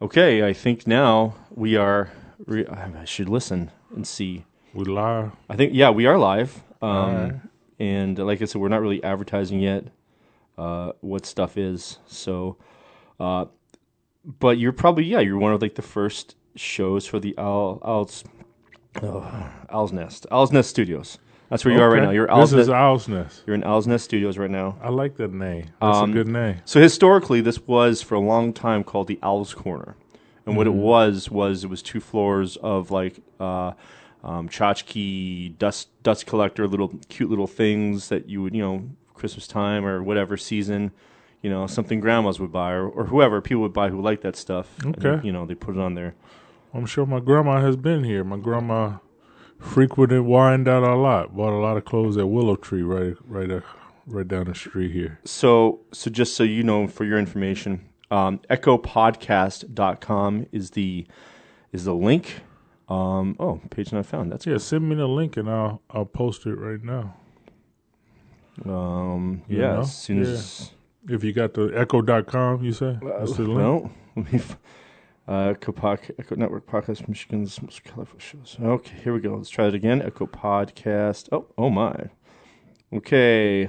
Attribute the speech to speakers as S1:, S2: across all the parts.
S1: Okay, I think now we are. Re- I should listen and see.
S2: We live.
S1: I think yeah, we are live. Um,
S2: Mm-hmm.
S1: And like I said, we're not really advertising yet uh, what stuff is. So, uh, but you're probably yeah, you're one of like the first shows for the Owl, Owl's oh, Owl's Nest Owl's Nest Studios. That's where you are right
S2: Okay.
S1: now. You're
S2: this
S1: Owl's
S2: is
S1: Nest,
S2: Owl's Nest.
S1: you're in Owl's Nest Studios right now.
S2: I like that name. That's
S1: Um,
S2: a good name.
S1: So historically, this was for a long time called the Owl's Corner, and what it was was it was two floors of like uh, um, tchotchke, dust dust collector, little cute little things that you would you know Christmas time or whatever season, you know something grandmas would buy or, or whoever people would buy who like that stuff. And,
S2: Okay.
S1: you know they put it on there.
S2: I'm sure my grandma has been here. My grandma frequented Wyandotte a lot. Bought a lot of clothes at Willow Tree, right, right, uh, right down the street here.
S1: So, so just so you know, for your information, um, echopodcast.com is the is the link. Um, oh, page not found. That's
S2: Yeah, send me the link and I'll I'll post it right now.
S1: Um,
S2: You
S1: yeah,
S2: know?
S1: as soon as
S2: If you got the Echo.com, you say that's the link.
S1: Uh, no, let me. f- Uh, Echo, Podca- Echo Network podcast from Michigan's most colorful shows. Okay, here we go. Let's try it again. Echo podcast. Oh, oh my. Okay,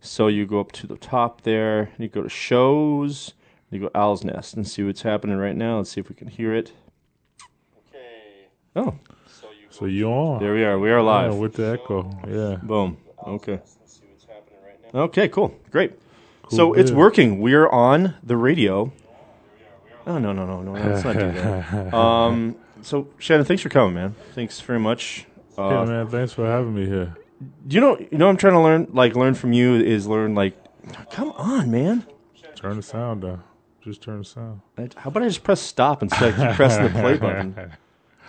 S1: so you go up to the top there, and you go to shows, and you go Owl's Nest, and see what's happening right now. Let's see if we can hear it. Okay. Oh, so you.
S2: So you on?
S1: there we are. We are live.
S2: Yeah, with the Echo. Yeah.
S1: Boom. Okay. Okay, cool. Great.
S2: Cool
S1: so it's
S2: deal.
S1: working. We're on the radio. Oh, no, no, no, no. Let's not do that. Um, so, Shannon, thanks for coming, man. Thanks very much.
S2: Yeah,
S1: Uh,
S2: man. Thanks for having me here.
S1: you know, you know, what I'm trying to learn, like, learn from you is learn, like, come on, man.
S2: Turn the sound down. Just turn the sound.
S1: I- How about I just press stop instead of keep pressing the play button?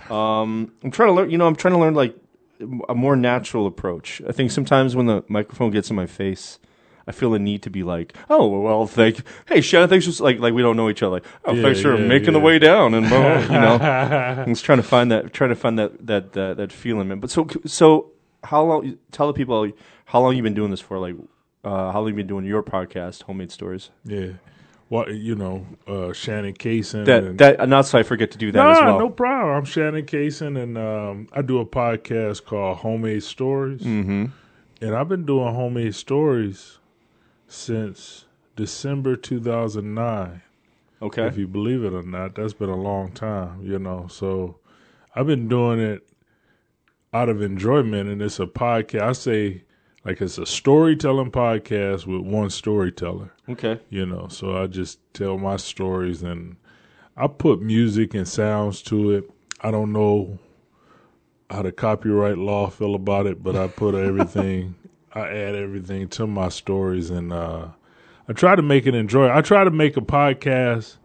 S1: Um, I'm trying to learn. You know, I'm trying to learn like a more natural approach. I think sometimes when the microphone gets in my face, I feel the need to be like, "Oh well, thank. Hey, Shannon, thanks for like like we don't know each other. Like, oh,
S2: Yeah,
S1: thanks for
S2: yeah,
S1: making the
S2: yeah.
S1: way down and blah, you know." I'm just trying to find that trying to find that that that, that feeling, man. But so so how long? Tell the people how long you've been doing this for. Like, uh, how long you been doing your podcast, Homemade Stories?
S2: Yeah. Well, you know, uh, Shannon Cason.
S1: That
S2: and,
S1: that and not so I forget to do that
S2: nah,
S1: as well.
S2: no problem. I'm Shannon Cason, and um, I do a podcast called Homemade Stories. Mm-hmm. And I've been doing Homemade Stories since December 2009.
S1: Okay.
S2: If you believe it or not, that's been a long time, you know. So I've been doing it out of enjoyment, and it's a podcast. I say, like, it's a storytelling podcast with one storyteller
S1: Okay.
S2: you know so i just tell my stories and i put music and sounds to it i don't know how the copyright law feel about it but i put everything i add everything to my stories and uh i try to make it enjoy i try to make a podcast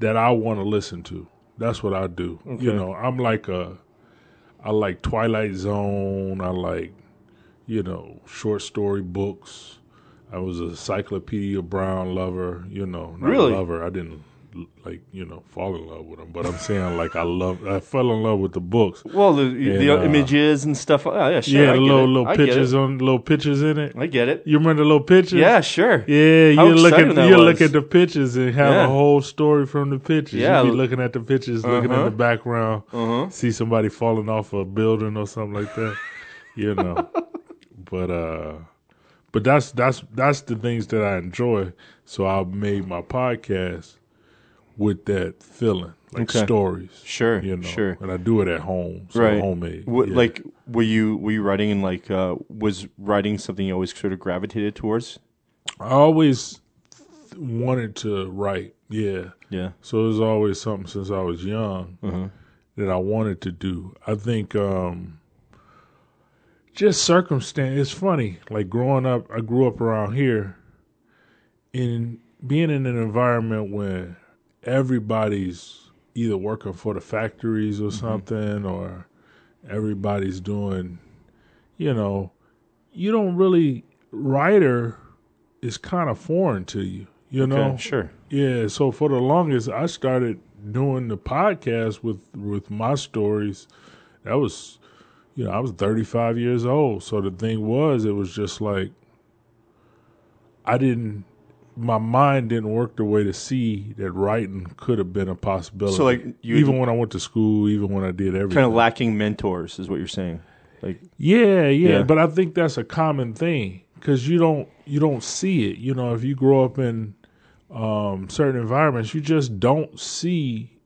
S2: that i want to listen to that's what i do you know i'm like a i like twilight zone i like you know short story books I was a Cyclopedia Brown lover, you know, not
S1: Really?
S2: lover. I didn't like, you know, fall in love with them, but I'm saying like I love. I fell in love with the books.
S1: Well, the, the
S2: And, uh,
S1: images and stuff. Oh, yeah, sure.
S2: yeah,
S1: I
S2: the
S1: get
S2: little
S1: it.
S2: little
S1: I get
S2: pictures
S1: it.
S2: on little pictures in it.
S1: I get it.
S2: You remember the little pictures?
S1: Yeah, sure.
S2: Yeah,
S1: How
S2: you look
S1: exciting
S2: at
S1: that
S2: you
S1: was.
S2: look at the pictures and have
S1: Yeah.
S2: a whole story from the pictures.
S1: Yeah.
S2: You be looking at the pictures, looking in
S1: Uh-huh.
S2: the background,
S1: Uh-huh.
S2: see somebody falling off a building or something like that. you know. But uh but that's that's that's the things that I enjoy. So I made my podcast with that feeling, like
S1: Okay.
S2: stories.
S1: Sure,
S2: You know.
S1: sure.
S2: And I do it at home. So
S1: Right.
S2: homemade.
S1: W-
S2: yeah.
S1: Like, were you were you writing in like uh, was writing something you always sort of gravitated towards?
S2: I always wanted to write, yeah.
S1: Yeah.
S2: So it was always something since I was young that I wanted to do. I think um, just circumstance. It's funny, like growing up, I grew up around here, in being in an environment where everybody's either working for the factories or something, or everybody's doing, you know, you don't really writer is kind of foreign to you. You know,
S1: Okay, sure.
S2: yeah, so for the longest, I started doing the podcast with with my stories. That was, you know, I was thirty five years old. So the thing was, it was just like I didn't my mind didn't work the way to see that writing could have been a possibility.
S1: So, like, you-
S2: even when I went to school, even when I did everything,
S1: Kind of lacking mentors is what you're saying. Like
S2: yeah, yeah,
S1: Yeah.
S2: But I think that's a common thing because you don't you don't see it. You know, if you grow up in um, certain environments, you just don't see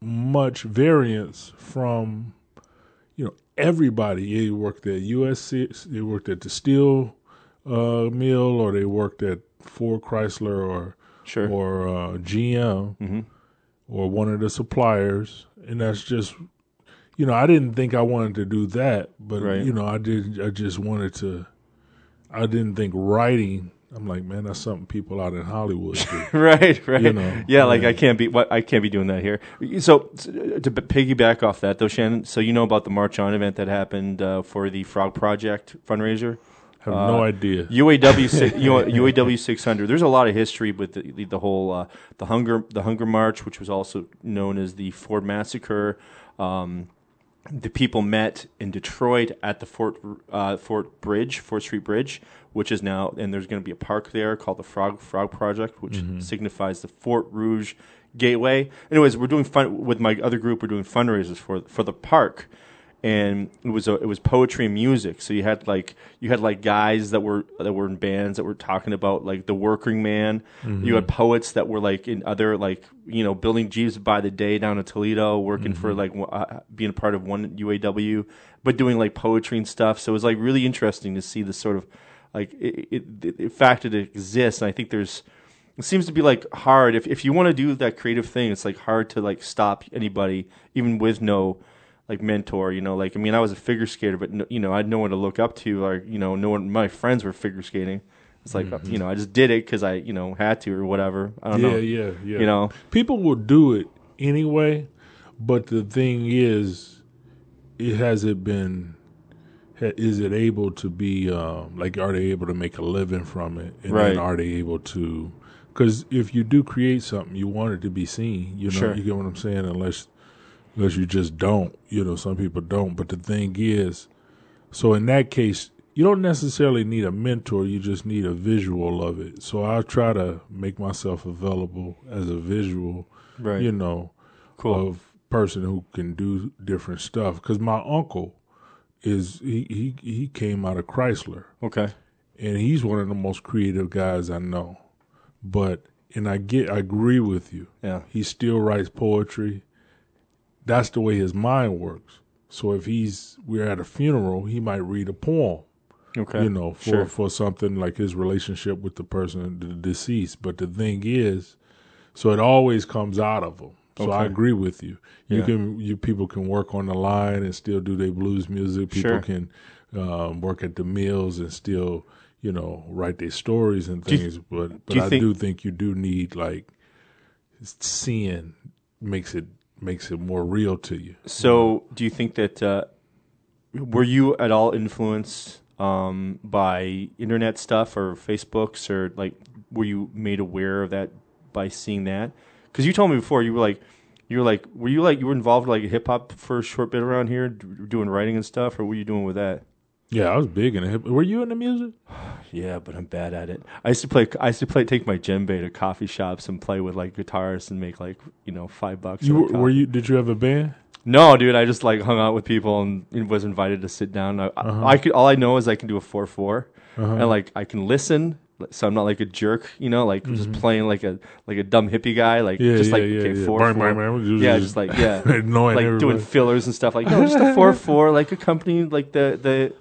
S2: much variance from you know everybody. Yeah, you worked at USC, they worked at the steel uh, mill, or they worked at Ford Chrysler, or
S1: sure, Mm-hmm.
S2: or uh, GM or one of the suppliers, and that's just you know I didn't think I wanted to do that, but
S1: Right.
S2: you know I did. I just wanted to. I didn't think writing. I'm like, man, that's something people out in Hollywood do.
S1: right, right.
S2: know,
S1: yeah, like
S2: yeah.
S1: I can't be what I can't be doing that here. So s- to b- piggyback off that though, Shannon. So you know about the March On event that happened uh, for the Frog Project fundraiser.
S2: I have no idea.
S1: UAW si- U- UAW 600. There's a lot of history with the, the, the whole uh, the hunger the hunger march, which was also known as the Ford massacre. Um, the people met in Detroit at the Fort uh, Fort Bridge, Fort Street Bridge, which is now and there's going to be a park there called the Frog Frog Project, which signifies the Fort Rouge Gateway. Anyways, we're doing fun with my other group. We're doing fundraisers for for the park, and it was a, it was poetry and music. So you had like you had like guys that were that were in bands that were talking about like the working man. You had poets that were like in other like you know building Jeeves by the day down in Toledo, working for like one- uh, being a part of one UAW, but doing like poetry and stuff. So it was like really interesting to see this sort of like it, it, it, it fact that it exists. And I think there's it seems to be like hard if if you want to do that creative thing, it's like hard to like stop anybody even with no like mentor, you know, like I mean, I was a figure skater, but no, you know, I had no one to look up to. Like, you know, no one. My friends were figure skating. It's like you know, I just did it because I you know had to or whatever. I don't
S2: Mm-hmm. yeah,
S1: know.
S2: yeah, yeah.
S1: You know,
S2: people will do it anyway, but the thing is, it has it been. ha- Is it able to be um, like? Are they able to make a living from it? And
S1: Right.
S2: then are they able to? Because if you do create something, you want it to be seen. You know,
S1: Sure.
S2: you get what I'm saying. Unless, unless you just don't. You know, some people don't. But the thing is, so in that case, you don't necessarily need a mentor, you just need a visual of it. So I try to make myself available as a visual,
S1: right?
S2: you know,
S1: Cool.
S2: of person who can do different stuff cuz my uncle is he, he he came out of Chrysler
S1: okay.
S2: and he's one of the most creative guys I know. But and I get I agree with you.
S1: Yeah.
S2: He still writes poetry. That's the way his mind works. So if he's we're at a funeral, he might read a poem,
S1: Okay.
S2: you know, for
S1: Sure.
S2: for something like his relationship with the person the deceased. But the thing is, so it always comes out of him. So I
S1: Okay.
S2: agree with you. You
S1: Yeah.
S2: can you people can work on the line and still do their blues music. People
S1: Sure.
S2: can um, work at the mills and still you know write their stories and
S1: you-
S2: things. but but
S1: you
S2: I
S1: think-
S2: do think you do need like seeing makes it makes it more real to you.
S1: So, do you think that uh, were you at all influenced um, by internet stuff or Facebooks or like were you made aware of that by seeing that? Because you told me before you were like you were like were you like you were involved like hip hop for a short bit around here d- doing writing and stuff or what were you doing with that?
S2: Yeah, I was big in the hip. Were you in the music?
S1: Yeah, but I'm bad at it. I used to play. I used to play. Take my djembe to coffee shops and play with like guitarists and make like you know five bucks.
S2: You
S1: on a
S2: were,
S1: copy.
S2: were you? Did you have a band?
S1: No, dude, I just like hung out with people and and was invited to sit down. I,
S2: Uh-huh.
S1: I could all I know is I can do a four and like I can listen, so I'm not like a jerk, you know, like just playing like a like a dumb hippie guy, like
S2: Mm-hmm. Yeah,
S1: just
S2: yeah,
S1: like
S2: yeah,
S1: okay,
S2: yeah.
S1: four
S2: Bang,
S1: four.
S2: bang, bang.
S1: yeah,
S2: Just
S1: just like yeah,
S2: annoying
S1: like
S2: everybody.
S1: doing fillers and stuff. Like no, just a four four, like accompanying like the the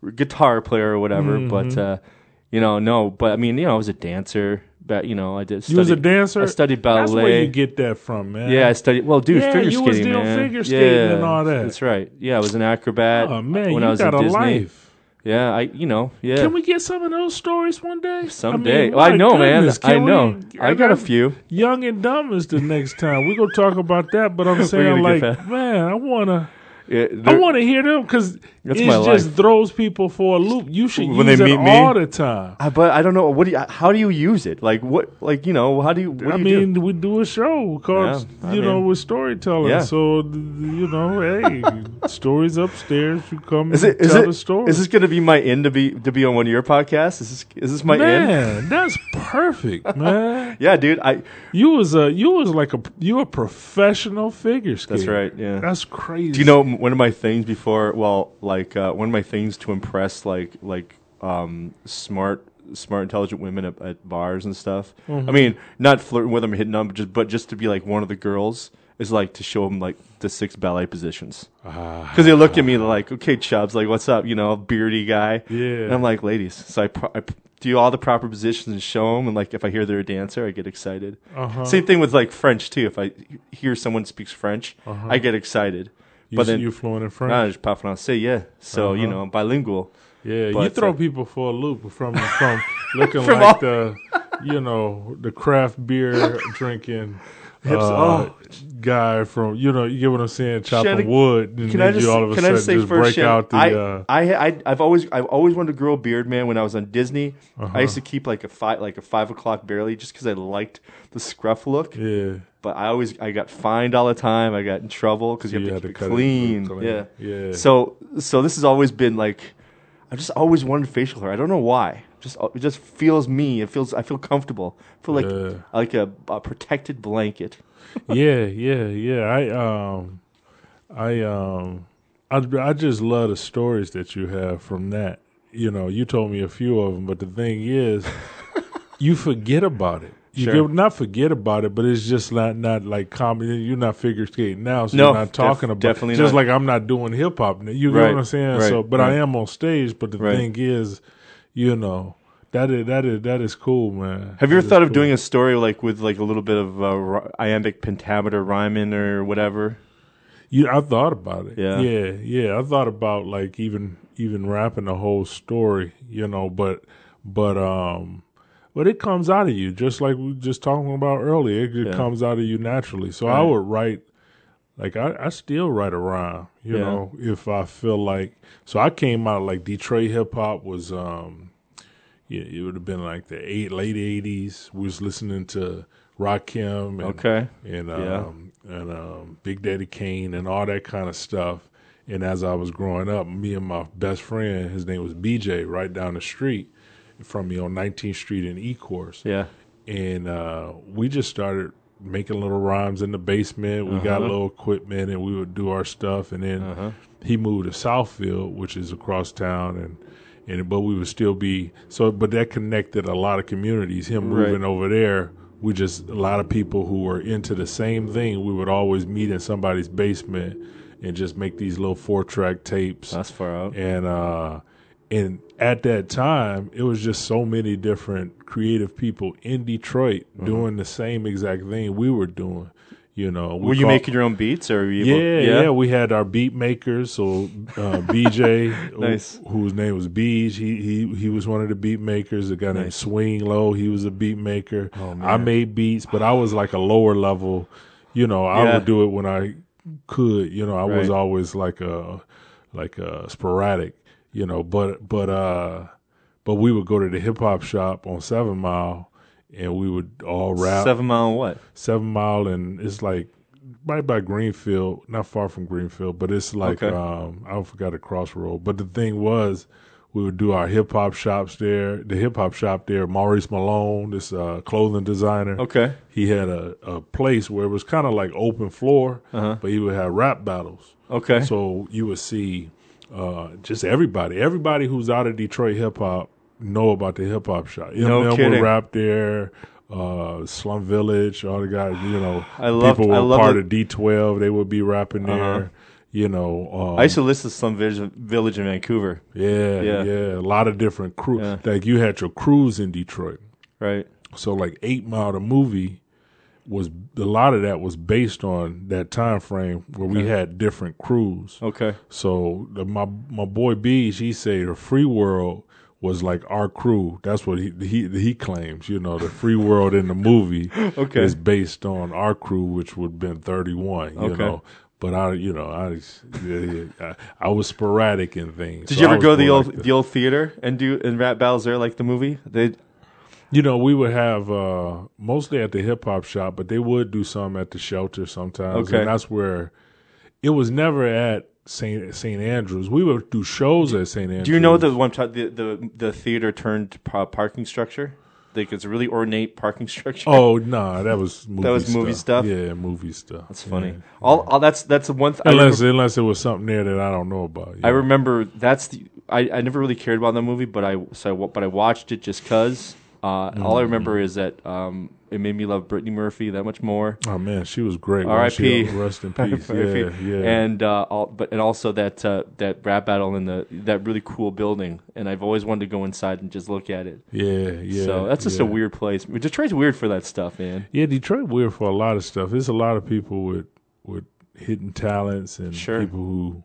S1: the guitar player or whatever. But
S2: Mm-hmm.
S1: uh, you know, no, but I mean, you know, I was a dancer, but you know, I did.
S2: You was a
S1: study-
S2: dancer.
S1: I studied ballet.
S2: That's where you get that from, man.
S1: Yeah, I studied. Well, dude,
S2: Yeah,
S1: figure
S2: you was
S1: skating,
S2: doing
S1: man.
S2: figure skating
S1: yeah,
S2: and all that.
S1: That's right. Yeah, I was an acrobat.
S2: Oh man,
S1: when
S2: you
S1: I was
S2: got
S1: in
S2: a
S1: Disney.
S2: life.
S1: Yeah, I. You know. Yeah.
S2: Can we get some of those stories one day?
S1: Someday.
S2: I, mean,
S1: well, I
S2: my
S1: know,
S2: goodness,
S1: man. I
S2: can
S1: know.
S2: we-
S1: I got a few.
S2: Young and dumb is the next time we gonna talk about that. But I'm saying,
S1: gonna
S2: like,
S1: get
S2: man, I wanna,
S1: Yeah,
S2: I
S1: there-
S2: wanna hear them because it
S1: That's
S2: just
S1: my life.
S2: throws people for a loop. You should
S1: When
S2: use
S1: they
S2: it
S1: meet me.
S2: all the time.
S1: I- Ah, but I don't know. What do you? How do you use it? Like what? Like you know? How do you? What
S2: I
S1: do you
S2: mean, we do a show called,
S1: Yeah, I
S2: you know,
S1: mean-
S2: with storytelling.
S1: Yeah.
S2: So, th- you know, hey, stories upstairs. You come
S1: do? Is it?
S2: and
S1: Is
S2: tell
S1: it?
S2: a story.
S1: Is this gonna be my end to be to be on one of your podcasts? Is this? Is this my end?
S2: Man, that's perfect, man.
S1: Yeah, dude. I.
S2: You was a you was like a you a professional figure skater.
S1: That's right. Yeah.
S2: That's crazy.
S1: Do you know m- one of my things before? Well, like uh, one of my things to impress like like um, smart smart intelligent women at, at bars and stuff.
S2: Mm-hmm.
S1: I mean, not flirting with them, hitting on them, just but just to be like one of the girls is like to show them like the six ballet positions
S2: Ah,
S1: because they look at me like, okay, Chubbs, like what's up? You know, beardy guy.
S2: Yeah.
S1: And I'm like, ladies, so I, pro- I p- do all the proper positions and show them, and like if I hear they're a dancer, I get excited.
S2: uh-huh.
S1: Same thing with like French too. If I he- hear someone speaks French,
S2: Uh-huh.
S1: I get excited.
S2: you,
S1: but then-
S2: you fluent in French.
S1: Not just pas français, yeah. So you
S2: Uh-huh.
S1: know, bilingual.
S2: Yeah, you
S1: But,
S2: throw
S1: uh,
S2: people for a loop from from looking
S1: From
S2: like
S1: all-
S2: the you know the craft beer drinking
S1: Hips-
S2: uh,
S1: oh.
S2: guy from you know you get what I'm saying chopping
S1: Shannon,
S2: wood and
S1: Can
S2: then
S1: I just
S2: you all of a
S1: can I
S2: sudden
S1: just say
S2: just
S1: first?
S2: break
S1: Shannon,
S2: out the
S1: I,
S2: uh,
S1: I I I've always I've always wanted to grow a beard, man. When I was on Disney,
S2: Uh-huh.
S1: I used to keep like a five like a five o'clock barely just because I liked the scruff look.
S2: yeah
S1: But I always I got fined all the time. I got in trouble because you have
S2: you
S1: to
S2: had
S1: keep
S2: cut
S1: it
S2: it
S1: clean. Yeah.
S2: yeah
S1: So so this has always been like I've just always wanted facial hair. I don't know why. Just it just feels me. It feels I feel comfortable. I feel like
S2: Yeah.
S1: like a, a protected blanket.
S2: yeah, yeah, yeah. I um, I um, I I just love the stories that you have from that. You know, you told me a few of them, but the thing is, you forget about it. You
S1: Sure.
S2: get, not forget about it, but it's just not not like comedy. You're not figure skating now, so
S1: No,
S2: you're not
S1: def-
S2: talking about.
S1: definitely
S2: just
S1: not.
S2: like I'm not doing hip hop. now. You get
S1: Right,
S2: what I'm saying?
S1: right,
S2: so, but I
S1: right.
S2: am on stage. But the
S1: Right.
S2: thing is, you know, that is that is that is cool, man.
S1: Have you ever
S2: That is
S1: thought of
S2: cool.
S1: doing a story like with like a little bit of uh, ri- iambic pentameter rhyming or whatever?
S2: You, I thought about it.
S1: Yeah.
S2: yeah, yeah. I thought about like even even rapping the whole story, you know. But but um, but it comes out of you, just like we were just talking about earlier. It just
S1: Yeah.
S2: comes out of you naturally. So I
S1: Right.
S2: would write, like I, I still write a rhyme, you
S1: Yeah.
S2: know, if I feel like. So I came out like Detroit hip hop was um, yeah, it would have been like the eight late eighties. We was listening to Rakim and
S1: Okay.
S2: and
S1: Yeah.
S2: um, and um, Big Daddy Kane and all that kind of stuff. And as I was growing up, me and my best friend, his name was BJ, right down the street from me on 19th Street in Ecourse,
S1: Yeah.
S2: and uh, we just started making little rhymes in the basement. We got
S1: Uh-huh.
S2: little equipment, and we would do our stuff. And then
S1: Uh-huh.
S2: he moved to Southfield, which is across town, and and but we would still be so. But that connected a lot of communities. Him
S1: Right.
S2: moving over there, we just a lot of people who were into the same thing. We would always meet in somebody's basement and just make these little four track tapes
S1: That's far out.
S2: and uh and at that time it was just so many different creative people in detroit
S1: Mm-hmm.
S2: doing the same exact thing we were doing you know we
S1: Were you
S2: call-
S1: making your own beats or were you
S2: yeah,
S1: able-
S2: yeah, We had our beat makers, so uh, BJ, who-
S1: Nice.
S2: whose name was Beej, he he he was one of the beat makers. A guy named
S1: Nice.
S2: Swing Low, he was a beat maker.
S1: Oh, man.
S2: I made beats, but I was like a lower level. You know, I
S1: Yeah.
S2: would do it when I could. You know, I was
S1: Right.
S2: always like a like a sporadic. You know, but but uh, but we would go to the hip hop shop on Seven Mile, and we would all rap
S1: Seven mile what?
S2: seven mile and it's like right by greenfield not far from greenfield but it's like
S1: Okay.
S2: um i forgot a crossroad but the thing was we would do our hip-hop shops there the hip-hop shop there maurice malone this uh clothing designer
S1: Okay.
S2: he had a, a place where it was kind of like open floor
S1: Uh-huh.
S2: but he would have rap battles
S1: Okay.
S2: so you would see uh, just everybody, everybody who's out of Detroit hip hop know about the hip hop shop.
S1: No
S2: Eminem would
S1: kidding.
S2: rap there. Uh, Slum Village, all the guys, you know,
S1: I loved-
S2: people were
S1: I loved
S2: part
S1: it.
S2: of D12. They would be rapping there.
S1: Uh-huh.
S2: You know, um,
S1: I used to listen to Slum Village, Village in Vancouver,
S2: yeah, yeah,
S1: Yeah.
S2: a lot of different crews.
S1: Yeah.
S2: Like you had your crews in Detroit.
S1: right?
S2: So like Eight Mile, the movie was a lot of that was based on that time frame where we had different crews.
S1: Okay.
S2: So the, my my boy Bees, he say the free world was like our crew. That's what he he he claims. You know, the free world in the movie
S1: Okay.
S2: is based on our crew, which would have been thirty one. You
S1: Okay.
S2: know. But I, you know, I, yeah, yeah, I, I was sporadic in things.
S1: Did
S2: So
S1: you
S2: I
S1: ever
S2: was
S1: go to the
S2: more
S1: old
S2: like
S1: the old theater and do and rap battles there like the movie? They
S2: You know, we would have uh, mostly at the hip hop shop, but they would do some at the shelter sometimes.
S1: Okay.
S2: And that's where it was never at St. St. Andrews. We would do shows at St. Andrews.
S1: do you know the one the the the theater turned pa- parking structure? like it's a really ornate parking structure.
S2: Oh no, that was movie
S1: was movie stuff?
S2: Yeah, movie stuff.
S1: that's funny.
S2: Yeah.
S1: All, all that's that's the one. Th- I,
S2: Unless
S1: remember,
S2: unless it was something there that I don't know about.
S1: I
S2: yeah.
S1: remember that's the. I, I never really cared about that movie, but I so I wa- but I watched it just cause. Uh, All I remember is that um, it made me love Brittany Murphy that much more.
S2: Oh man, she was great. when
S1: R.I.P.
S2: she- Oh, Rest in peace. yeah, yeah.
S1: And uh, all, but and also that uh, that rap battle in the that really cool building, and I've always wanted to go inside and just look at it.
S2: yeah, yeah.
S1: so that's just
S2: yeah.
S1: a weird place. Detroit's weird for that stuff, man.
S2: Yeah, Detroit weird for a lot of stuff. There's a lot of people with with hidden talents and
S1: Sure.
S2: people who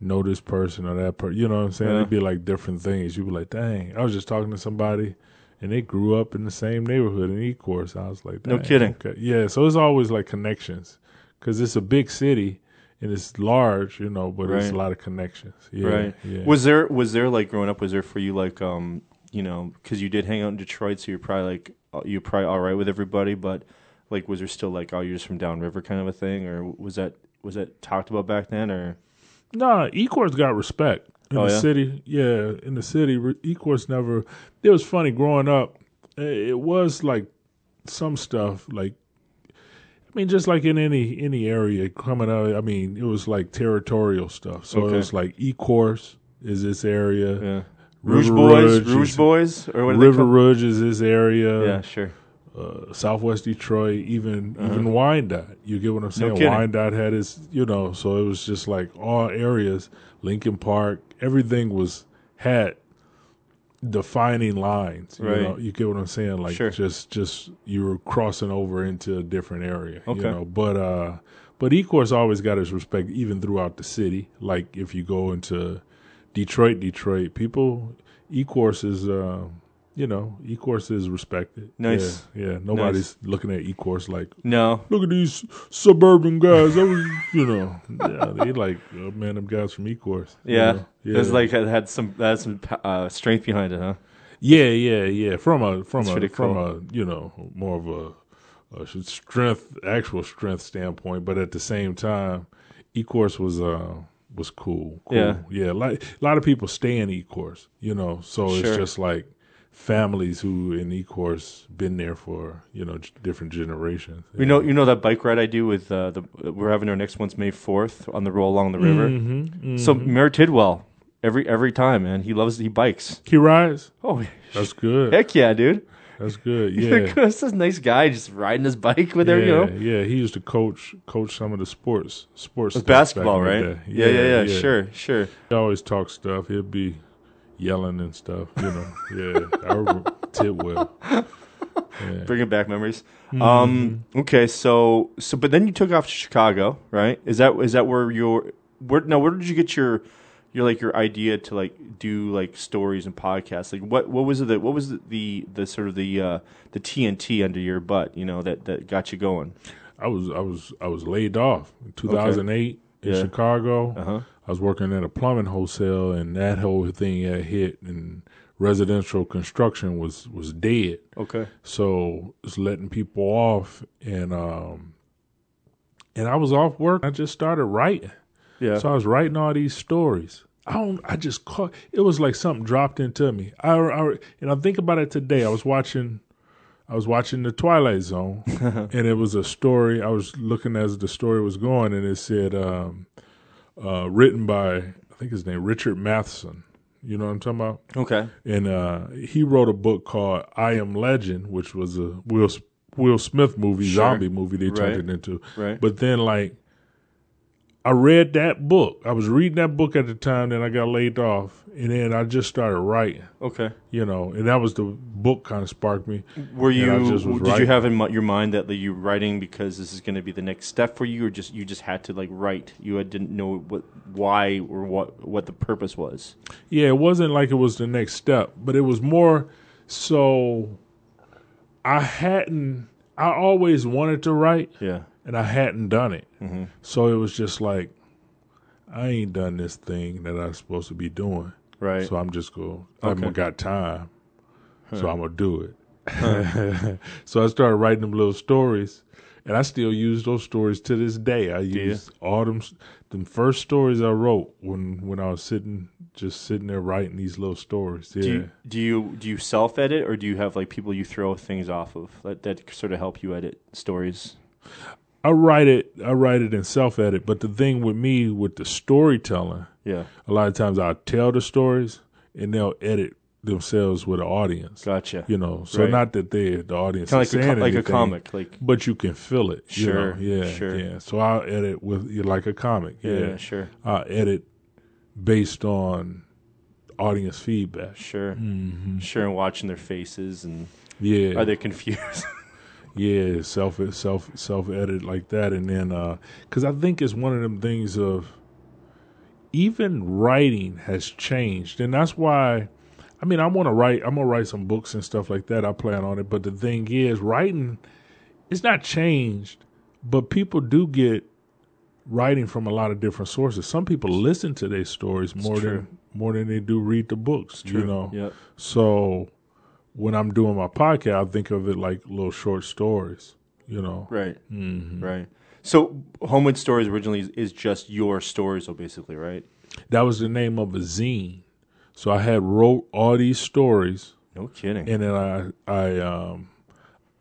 S2: know this person or that person. You know what I'm saying?
S1: Yeah.
S2: It'd be like different things. You'd be like, dang, I was just talking to somebody and they grew up in the same neighborhood in E-Course. I was like,
S1: No
S2: dang,
S1: kidding.
S2: Okay. Yeah, so it's always like connections because it's a big city and it's large, you know, but it's
S1: Right.
S2: a lot of connections. Yeah,
S1: right?
S2: Yeah.
S1: Was there was there like growing up? Was there for you like um you know because you did hang out in Detroit, so you're probably like uh, you're probably all right with everybody, but like was there still like oh you're just from downriver kind of a thing, or was that was that talked about back then, or
S2: No, Ecorse got respect in
S1: Oh,
S2: the
S1: yeah?
S2: city. Yeah, in the city, re- Ecorse never. It was funny growing up. eh, It was like some stuff like. I mean, just like in any any area coming out, I mean, it was like territorial stuff. So
S1: Okay.
S2: it was like Ecorse is this area.
S1: yeah. Rouge
S2: River
S1: Boys,
S2: Rouge
S1: Rouge
S2: is-
S1: Boys, or what do
S2: River
S1: they
S2: Rouge is this
S1: call? Yeah,
S2: area.
S1: sure.
S2: Uh, Southwest Detroit, even even Wyandotte. You get what I'm saying?
S1: Uh-huh. kidding.
S2: Wyandotte had its, you know, so it was just like all areas. Lincoln Park, everything was had defining lines. You
S1: Right.
S2: know, you get what I'm saying? Like
S1: Sure.
S2: just just you were crossing over into a different area.
S1: Okay.
S2: You know, but uh, but Ecorse always got its respect even throughout the city. Like if you go into Detroit, Detroit people, Ecorse is. Uh, you know, E course is respected.
S1: Nice.
S2: Yeah, yeah. nobody's looking at E course like,
S1: No,
S2: look at these suburban guys. That was, you know, yeah, they like, oh, man, them guys from E course.
S1: yeah,
S2: yeah.
S1: it was like it had some that had some uh, strength behind it, huh?
S2: yeah, yeah, yeah. From a from
S1: That's
S2: a
S1: pretty
S2: from a you know more of a, a strength, actual strength standpoint, but at the same time, E course was uh was cool. cool.
S1: Yeah.
S2: yeah. Like a lot of people stay in E course, you know, so
S1: Sure.
S2: it's just like families who in E course been there for you know j- different generations.
S1: You know, you know that bike ride I do with uh, the we're having our next one's May fourth on the roll along the river.
S2: Mm-hmm.
S1: So Mayor Tidwell, every every time, man, he loves he bikes.
S2: He rides.
S1: Oh
S2: That's good.
S1: heck yeah, dude!
S2: That's good.
S1: Yeah.
S2: Yeah.
S1: this is a nice guy just riding his bike with every you
S2: yeah,
S1: know.
S2: yeah, he used to coach coach some of the sports sports
S1: It's
S2: stuff back
S1: basketball,
S2: in the
S1: right?
S2: day.
S1: Yeah yeah, yeah, sure, sure.
S2: He always talk stuff. He'd be yelling and stuff, you know. Yeah, I remember Tidwell. Yeah.
S1: Bringing back memories.
S2: Mm-hmm.
S1: Um, okay, so so but then you took off to Chicago, right? Is that is that where your where no where did you get your your like your idea to like do like stories and podcasts? Like what what was it that what was the the, the sort of the uh, the TNT under your butt, you know, that that got you going?
S2: I was I was I was laid off in 2008 in
S1: Yeah.
S2: Chicago.
S1: Uh-huh.
S2: I was working at a plumbing wholesale, and that whole thing had hit, and residential construction was was dead.
S1: Okay.
S2: So it's letting people off, and um, and I was off work. I just started writing.
S1: Yeah.
S2: So I was writing all these stories. I don't. I just caught. It was like something dropped into me. I, I and I think about it today. I was watching, I was watching the Twilight Zone, and it was a story. I was looking as the story was going, and it said, um, uh, written by I think his name Richard Matheson. You know what I'm talking about?
S1: okay.
S2: and uh, he wrote a book called "I Am Legend," which was a Will Will Smith movie,
S1: Sure.
S2: zombie movie. They
S1: Right.
S2: turned it into.
S1: Right.
S2: But then, like, I read that book. I was reading that book at the time. Then I got laid off, and then I just started writing.
S1: Okay.
S2: You know, and that was the book kind of sparked me.
S1: Were you?
S2: I just was
S1: did you
S2: writing.
S1: have in mi- your mind that you were writing because this is going to be the next step for you, or just you just had to like write? You had, didn't know what, why, or what what the purpose was.
S2: Yeah, it wasn't like it was the next step, but it was more so. I hadn't. I always wanted to write.
S1: Yeah.
S2: and I hadn't done it.
S1: Mm-hmm.
S2: So it was just like, I ain't done this thing that I'm supposed to be doing.
S1: Right.
S2: So I'm just going, to I
S1: Okay.
S2: haven't got time. So I'm going to do it. so I started writing them little stories. And I still use those stories to this day. I use all them, them first stories I wrote when, when I was sitting just sitting there writing these little stories. Yeah.
S1: Do you do you do you self edit or do you have like people you throw things off of that, that sort of help you edit stories?
S2: I write it I write it in self edit, but the thing with me with the storytelling,
S1: Yeah,
S2: a lot of times I'll tell the stories and they'll edit themselves with the audience.
S1: gotcha.
S2: You know, so
S1: Right.
S2: not that they the audience
S1: kind
S2: is
S1: of like a,
S2: saying
S1: co- like a
S2: anything,
S1: comic, like
S2: but you can feel it. you
S1: Sure,
S2: know? yeah,
S1: sure.
S2: yeah. So I'll edit with you like a comic.
S1: yeah,
S2: Yeah,
S1: sure,
S2: I'll edit based on audience feedback.
S1: sure, sure, and watching their faces and
S2: Mm-hmm. Yeah,
S1: are they confused?
S2: yeah. Self self self edit like that, and then because I think it's one of them things of even writing has changed, and that's why. I mean, I want to write. I'm gonna write some books and stuff like that. I plan on it, but the thing is, writing it's not changed, but people do get writing from a lot of different sources. Some people listen to their stories more
S1: true.
S2: than more than they do read the books. You know,
S1: yep.
S2: so when I'm doing my podcast, I think of it like little short stories. You know,
S1: Right.
S2: Mm-hmm.
S1: Right. So Homewood Stories originally is, is just your stories, though, basically, right?
S2: that was the name of a zine. So I had wrote all these stories,
S1: No kidding.
S2: and then I I um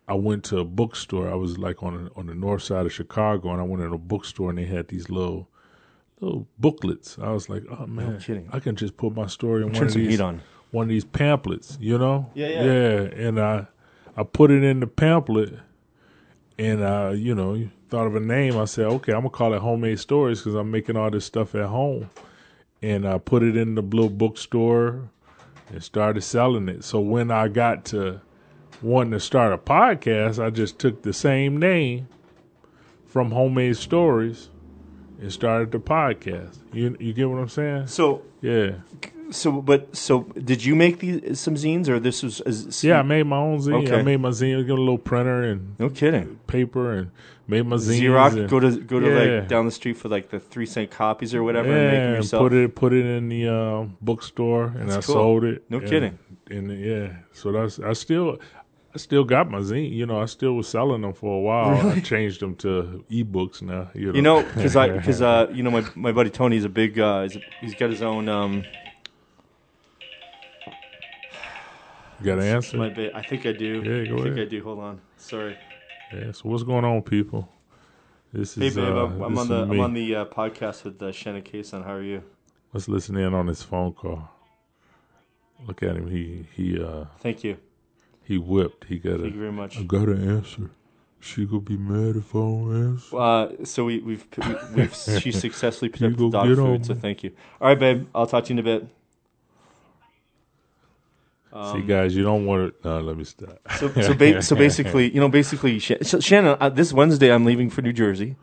S2: I went to a bookstore. I was like on on the north side of Chicago, and I went in a bookstore, and they had these little little booklets. I was like, oh man,
S1: kidding.
S2: I can just put my story in one
S1: Turn
S2: of
S1: some
S2: these
S1: heat on.
S2: one of these pamphlets, you know?
S1: Yeah, yeah.
S2: And I I put it in the pamphlet and I, you know, thought of a name. I said, okay, I'm going to call it Homemade Stories because I'm making all this stuff at home. And I put it in the blue bookstore and started selling it. So when I got to wanting to start a podcast, I just took the same name from Homemade Stories and started the podcast. You you get what I'm saying?
S1: So,
S2: Yeah.
S1: so, but, so, did you make these some zines, or this was? Is,
S2: Yeah, I made my own zine.
S1: Okay.
S2: I made my zine. I got a little printer and
S1: No kidding.
S2: paper and made my zine.
S1: Xerox. Go to go to
S2: Yeah.
S1: like down the street for like the three cent copies or whatever,
S2: yeah,
S1: and make them
S2: and
S1: yourself.
S2: put it put it in the uh, bookstore and I
S1: That's cool.
S2: sold it.
S1: No
S2: and,
S1: kidding.
S2: And yeah, so that's I still I still got my zine. You know, I still was selling them for a while. I changed them to ebooks now. You know,
S1: You know, because I because uh, you know my my buddy Tony's a big uh, he's, he's got his own um.
S2: got an answer.
S1: My bit, I think I do.
S2: Yeah, go
S1: I think
S2: ahead.
S1: I do. Hold on, sorry.
S2: yeah, so what's going on, people? This
S1: Hey
S2: is
S1: babe,
S2: uh,
S1: I'm, I'm
S2: this
S1: on
S2: is
S1: the I'm
S2: me.
S1: on the uh, podcast with uh, Shannon Kaysen. How are you?
S2: Let's listen in on this phone call. Look at him. He he uh
S1: Thank you.
S2: he whipped. He got a
S1: Thank you very much.
S2: I gotta answer. She gonna be mad if I don't answer.
S1: Uh, so we, we've, we've she successfully picked up
S2: go
S1: the dog
S2: get
S1: food.
S2: 'em.
S1: So thank you. All right, babe. I'll talk to you in a bit.
S2: See,
S1: Um,
S2: guys, you don't want to. No, let me stop.
S1: So so, ba- so basically, you know, basically, Sha- so Shannon, uh, this Wednesday I'm leaving for New Jersey.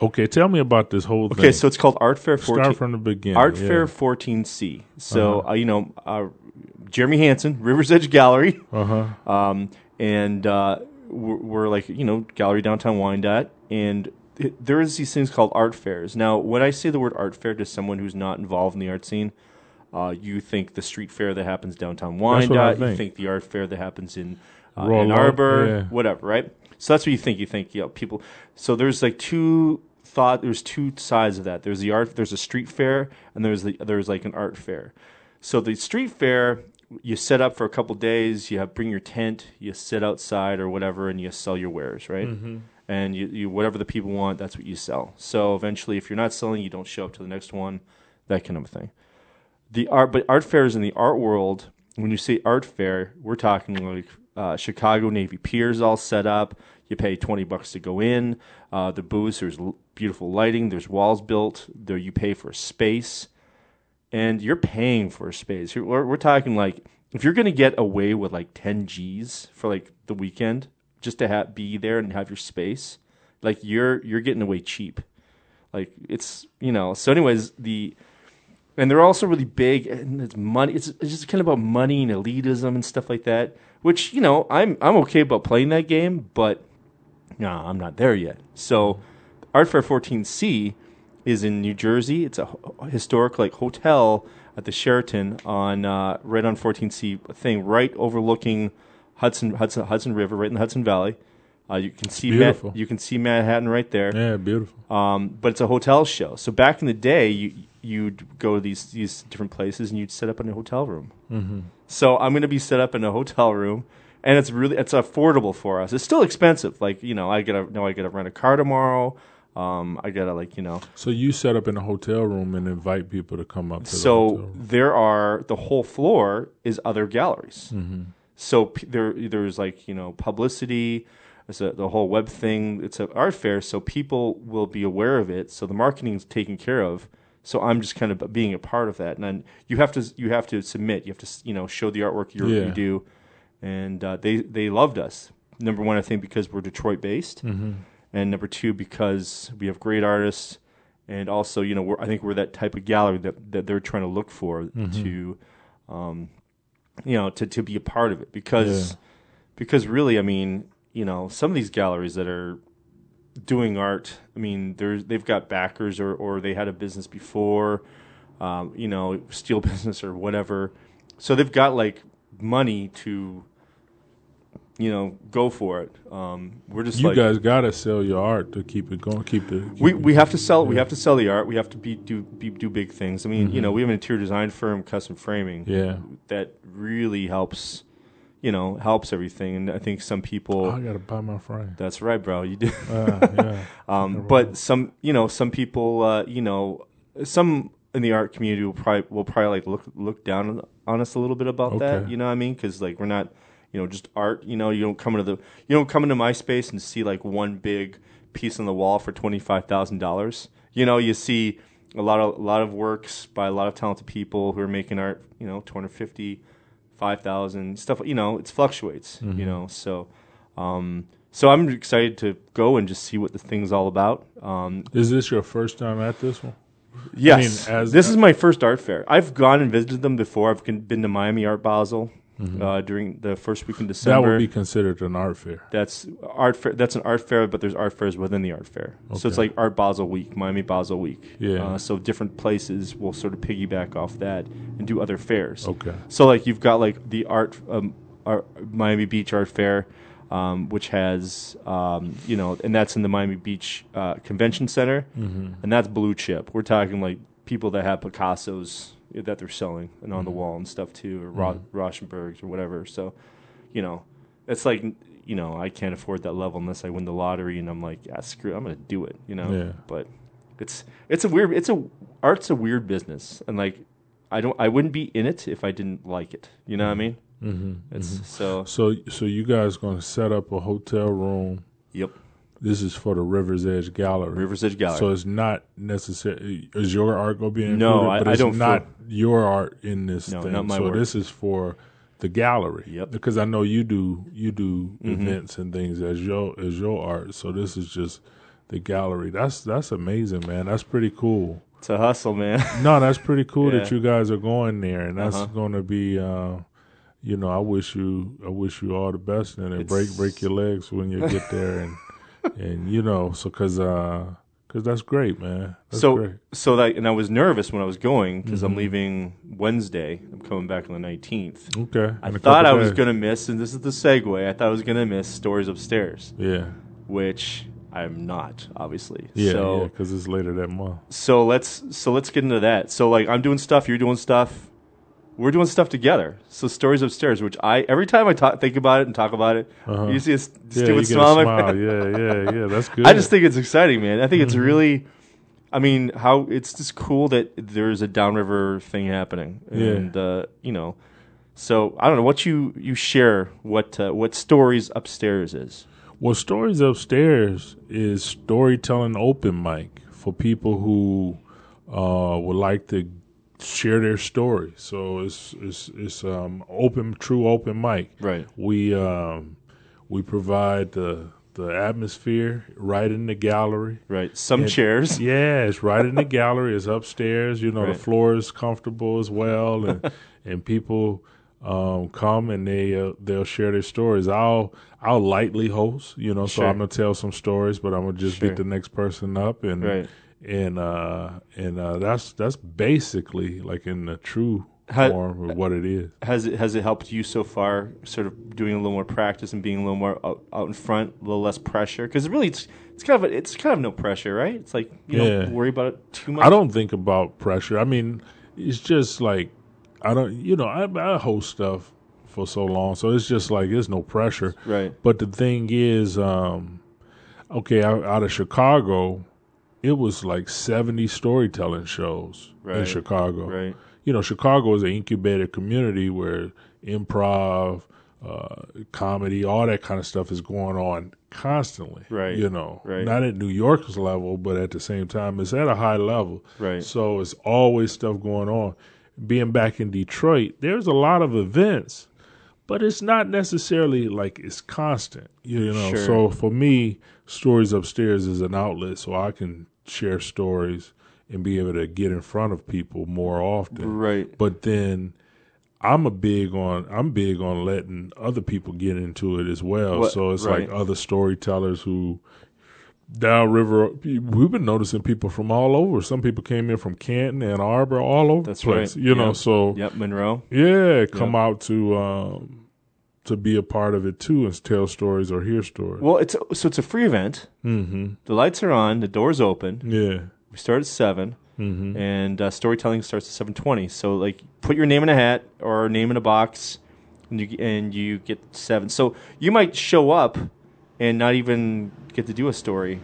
S2: Okay, tell me about this whole thing.
S1: Okay, so it's called Art Fair 14.
S2: start from the beginning.
S1: Art
S2: yeah. Uh-huh.
S1: Fair 14C. So uh, you know, uh, Jeremy Hansen, Rivers Edge Gallery.
S2: Uh huh.
S1: um, and uh, we're, we're like you know gallery downtown Wyandotte, and th- there is these things called art fairs. Now, when I say the word art fair to someone who's not involved in the art scene, uh, you think the street fair that happens downtown
S2: That's what I
S1: Wyandotte, you
S2: think.
S1: think the art fair that happens in uh,
S2: Royal
S1: Ann
S2: Oak,
S1: Arbor,
S2: yeah.
S1: whatever, right? So that's what you think. You think you know people. So there's like two thought. There's two sides of that. There's the art. There's a street fair, and there's the there's like an art fair. So the street fair, you set up for a couple days. You have bring your tent. You sit outside or whatever, and you sell your wares, right? And you, you whatever the people want, that's what you sell. So eventually, if you're not selling, you don't show up to the next one. That kind of a thing the art but art fairs in the art world when you say art fair we're talking like uh, chicago navy piers all set up you pay 20 bucks to go in uh, the booths there's l- beautiful lighting there's walls built there you pay for space and you're paying for a space You're- we're, we're talking like if you're going to get away with like 10 g's for like the weekend just to ha- be there and have your space like you're you're getting away cheap like it's you know so anyways the and they're also really big and it's money it's, it's just kind of about money and elitism and stuff like that which you know i'm i'm okay about playing that game but no i'm not there yet so art fair 14c is in new jersey it's a ho- historic like hotel at the sheraton on uh, right on 14c thing right overlooking hudson hudson hudson river right in the hudson valley uh, you can see Ma-
S2: beautiful.
S1: you can see manhattan right there
S2: Yeah, beautiful.
S1: um, but it's a hotel show. So back in the day, you you'd go to these these different places and you'd set up in a hotel room.
S2: Mm-hmm.
S1: So I'm going to be set up in a hotel room, and it's really it's affordable for us. It's still expensive. Like you know, I gotta know I gotta rent a car tomorrow. Um, I gotta like you know.
S2: So you set up in a hotel room and invite people to come up. To the hotel
S1: So
S2: room.
S1: there are the whole floor is other galleries.
S2: Mhm.
S1: So p- there there's like you know publicity. It's a, the whole web thing. It's an art fair, so people will be aware of it. So the marketing's taken care of. So I'm just kind of being a part of that, and then you have to you have to submit. You have to s- you know show the artwork you're,
S2: Yeah.
S1: you do, and uh, they they loved us. Number one, I think because we're Detroit based,
S2: Mm-hmm.
S1: and number two because we have great artists, and also you know we're, I think we're that type of gallery that that they're trying to look for
S2: Mm-hmm.
S1: to, um, you know to to be a part of it because
S2: Yeah.
S1: because really I mean you know some of these galleries that are doing art I mean they're they've got backers or or they had a business before, um, you know steel business or whatever, so they've got like money to. You know, go for it. Um, we're just
S2: you
S1: like,
S2: guys gotta sell your art to keep it going. Keep it. keep
S1: we,
S2: it-
S1: we have to sell we have to sell the art we have to be do be, do big things i mean you know we have an interior design firm custom framing
S2: yeah.
S1: that really helps you know helps everything and i think some people
S2: I gotta buy my frame.
S1: that's right bro you do
S2: Uh, yeah.
S1: um, but some you know some people uh, you know some in the art community will probably will probably like look look down on- on us a little bit about that
S2: Okay.
S1: you know what i mean because like we're not you know just art you know you don't come into the you don't come into myspace and see like one big piece on the wall for $25000 you know you see a lot of a lot of works by a lot of talented people who are making art you know 250 5000 stuff you know it fluctuates you know so um, so I'm excited to go and just see what the thing's all about. Um,
S2: Is this your first time at this one?
S1: yes,
S2: as-
S1: this is my first art fair. I've gone and visited them before. I've con- been to Miami Art Basel uh, during the first week in
S2: Mm-hmm. That
S1: December.
S2: would be considered an art fair.
S1: that's art fair. That's an art fair, but there's art fairs within the art fair. So it's like Art Basel Week, Miami Basel Week.
S2: Yeah.
S1: Uh, so different places will sort of piggyback off that and do other fairs.
S2: Okay.
S1: So like you've got like the art, um, art Miami Beach Art Fair, um, which has um, you know, and that's in the Miami Beach uh, Convention Center,
S2: Mm-hmm,
S1: and that's blue chip. We're talking like people that have Picasso's that they're selling and on the wall and stuff too, or Ro- Rauschenbergs or whatever. So, you know, it's like you know I can't afford that level unless I win the lottery, and I'm like, ah, screw, it, I'm gonna do it. You know,
S2: Yeah.
S1: but it's it's a weird it's a art's a weird business and like i don't i wouldn't be in it if i didn't like it you know what i mean
S2: Mm-hmm.
S1: it's so
S2: So, so you guys gonna set up a hotel room?
S1: yep
S2: This is for the Rivers Edge Gallery.
S1: rivers edge gallery
S2: So it's not necessary. Is your art gonna be included?
S1: No, I-
S2: but
S1: I
S2: it's
S1: don't
S2: Not your art in this
S1: No,
S2: thing.
S1: not my
S2: so
S1: work.
S2: this is for the gallery.
S1: Yep. Mm-hmm.
S2: Because I know you do you do events and things as your as your art. So this is just the gallery. That's that's amazing, man. That's pretty cool.
S1: it's a hustle man
S2: No, that's pretty cool that
S1: Yeah.
S2: you guys are going there, and that's
S1: Uh-huh.
S2: going to be, uh, you know, I wish you, I wish you all the best, and then
S1: It's-
S2: break break your legs when you get there, and and you know, so because because that's great, man. That's
S1: so
S2: great.
S1: so that and i was nervous when i was going because i'm leaving wednesday i'm coming back on the 19th
S2: okay,
S1: i
S2: in a
S1: thought i
S2: couple
S1: was
S2: days.
S1: gonna miss and this is the segue i thought i was gonna miss stories upstairs
S2: yeah,
S1: which i'm not obviously
S2: yeah,
S1: so
S2: because it's later that month.
S1: so let's so let's get into that. So like I'm doing stuff, you're doing stuff, we're doing stuff together. So stories upstairs, which I every time I talk, think about it and talk about it,
S2: Uh-huh.
S1: you see a stupid
S2: Yeah, you get a
S1: smile. on my
S2: smile.
S1: face.
S2: yeah, yeah, yeah. That's good. Mm-hmm.
S1: I just think it's exciting, man. I think it's really, I mean, how it's just cool that there's a downriver thing happening,
S2: Yeah.
S1: and uh, you know, so I don't know what you you share what uh, what stories upstairs is.
S2: Well, Stories Upstairs is storytelling open mic for people who uh, would like to share their story. So it's it's it's um open true open mic.
S1: Right.
S2: We um we provide the the atmosphere right in the gallery.
S1: Right. Some
S2: And-
S1: chairs.
S2: Yeah, it's right in the gallery. It's upstairs. You know,
S1: Right.
S2: the floor is comfortable as well, and and people um, come and they uh, they'll share their stories. I'll I'll lightly host. You know, so
S1: Sure.
S2: I'm gonna tell some stories, but I'm gonna just
S1: Sure.
S2: get the next person up and
S1: Right.
S2: and uh, and uh, that's that's basically like in the true
S1: How-
S2: form of what it is.
S1: has it has it helped you so far sort of doing a little more practice and being a little more out, out in front a little less pressure because really it's It's kind of a, it's kind of no pressure, right? It's like you
S2: Yeah.
S1: don't worry about it too much.
S2: I don't think about pressure. I mean, it's just like I don't, you know, I, I host stuff for so long, so it's just like there's no pressure.
S1: Right.
S2: But the thing is, um, okay, out, out of Chicago, it was like 70 storytelling shows in
S1: Right.
S2: Chicago.
S1: Right.
S2: You know, Chicago is an incubated community where improv, uh, comedy, all that kind of stuff is going on constantly.
S1: Right.
S2: You know,
S1: Right.
S2: not at New York's level, but at the same time, it's at a high level.
S1: Right.
S2: So it's always stuff going on. Being back in Detroit, there's a lot of events but it's not necessarily like it's constant, you know.
S1: Sure.
S2: So for me, stories upstairs is an outlet, so I can share stories and be able to get in front of people more often.
S1: Right.
S2: But then I'm a big on I'm big on letting other people get into it as well.
S1: What-
S2: so it's
S1: right.
S2: like other storytellers who downriver. We've been noticing people from all over. Some people came in from Canton, Ann Arbor, all over
S1: That's
S2: the place.
S1: right.
S2: You know,
S1: Yeah.
S2: so
S1: Yep. Monroe.
S2: yeah, come out to um, to be a part of it too and tell stories or hear stories.
S1: Well, it's so it's a free event.
S2: Mm-hmm.
S1: The lights are on. The doors open.
S2: Yeah.
S1: We start at seven,
S2: Mm-hmm.
S1: and uh, storytelling starts at seven twenty. So like, put your name in a hat or name in a box, and you and you get seven. So you might show up and not even get to do a story.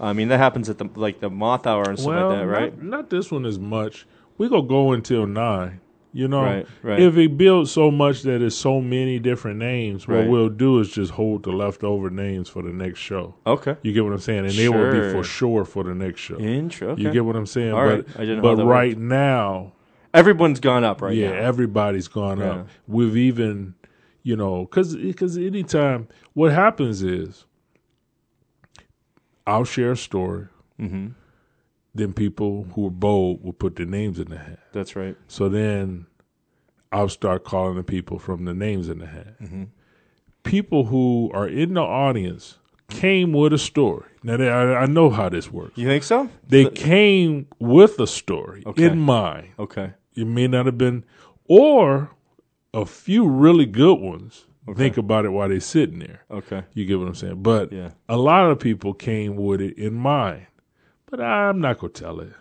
S1: I mean, that happens at the like the moth hour and stuff
S2: Well,
S1: like that, right?
S2: Not, not this one as much. We gonna go until nine. You know,
S1: Right, right.
S2: if it builds so much that it's so many different names, what
S1: Right.
S2: we'll do is just hold the leftover names for the next show.
S1: Okay.
S2: You get what I'm saying, and they will be
S1: Sure.
S2: for sure for the next show.
S1: Intro. Okay.
S2: You get what I'm saying,
S1: All
S2: but
S1: right. I didn't know how
S2: but
S1: that
S2: right now,
S1: Everyone's gone up right
S2: yeah,
S1: now.
S2: everybody's gone
S1: Yeah.
S2: up. We've even, you know, because anytime what happens is, I'll share a story.
S1: Mhm.
S2: Then people who are bold will put their names in the hat.
S1: That's right.
S2: So then, I'll start calling the people from the names in the hat.
S1: Mm-hmm.
S2: People who are in the audience came with a story. Now they, I, I know how this works.
S1: You think so?
S2: They came with a story
S1: Okay.
S2: in mind.
S1: Okay.
S2: It may not have been, or a few really good ones. Think about it while they're sitting there.
S1: Okay.
S2: You get what I'm saying? But
S1: Yeah.
S2: a lot of people came with it in mind. But I'm not going to tell it.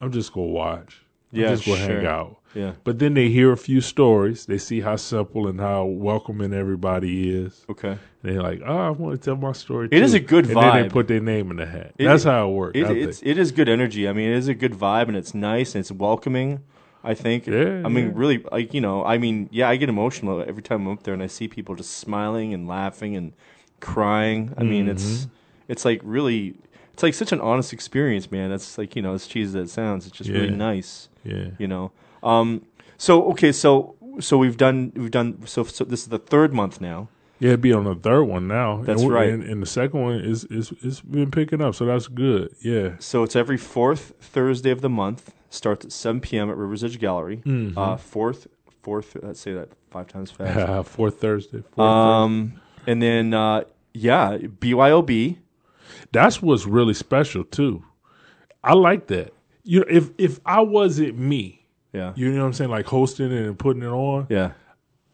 S2: I'm just going to watch.
S1: Yeah,
S2: I'm just going to hang
S1: sure.
S2: out.
S1: Yeah.
S2: But then they hear a few stories. They see how simple and how welcoming everybody is.
S1: Okay.
S2: And they're like, oh, I want to tell my story
S1: It is
S2: too."
S1: a good
S2: And then they
S1: vibe.
S2: put their name in the hat.
S1: It-
S2: That's how it works.
S1: It,
S2: I think.
S1: it's it is good energy. I mean, it is a good vibe, and it's nice, and it's welcoming. I think.
S2: Yeah,
S1: I mean,
S2: yeah.
S1: really, like you know, I mean, yeah, I get emotional every time I'm up there, and I see people just smiling and laughing and crying. I mean,
S2: Mm-hmm.
S1: it's it's like really, it's like such an honest experience, man. It's like you know, as cheesy as it sounds, it's just really
S2: Yeah.
S1: nice.
S2: yeah.
S1: You know. Um. So okay. So so we've done we've done so so this is the third month now.
S2: Yeah, it'd be on the third one now.
S1: That's
S2: and we-
S1: right.
S2: And, and the second one is is it's been picking up, so that's good. Yeah.
S1: So it's every fourth Thursday of the month. Starts at 7 p.m. at Rivers Edge Gallery.
S2: Mm-hmm.
S1: Uh, fourth, fourth. Let's say that five times fast.
S2: fourth Thursday. Fourth
S1: um, and then uh, yeah, BYOB.
S2: Thursday. That's what's really special too. I like that. You know, if if I wasn't me,
S1: Yeah,
S2: you know what I'm saying, like hosting it and putting it on,
S1: yeah,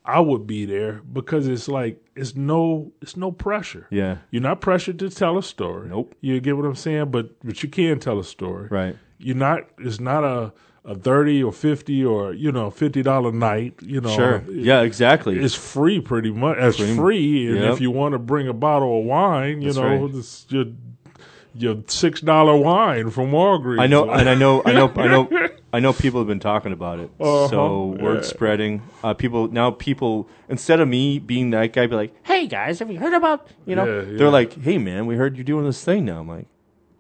S2: I would be there because it's like it's no it's no pressure.
S1: yeah.
S2: You're not pressured to tell a story.
S1: Nope.
S2: You get what I'm saying? But but you can tell a story.
S1: Right.
S2: You're not it's not a a thirty or fifty or, you know, fifty dollar night, you know.
S1: Sure. yeah. Exactly.
S2: It's free pretty much. It's free, and
S1: Yep.
S2: if you want to bring a bottle of wine, you
S1: That's
S2: know,
S1: right.
S2: this your your six dollar wine from Walgreens.
S1: I know, and I know, I know, I know, I know. People have been talking about it, so
S2: Uh-huh.
S1: word
S2: Yeah.
S1: spreading. Uh, people now, people instead of me being that guy, be like, "Hey guys, have you heard about?" You know,
S2: Yeah, yeah.
S1: they're like, "Hey man, we heard you're doing this thing now." I'm like,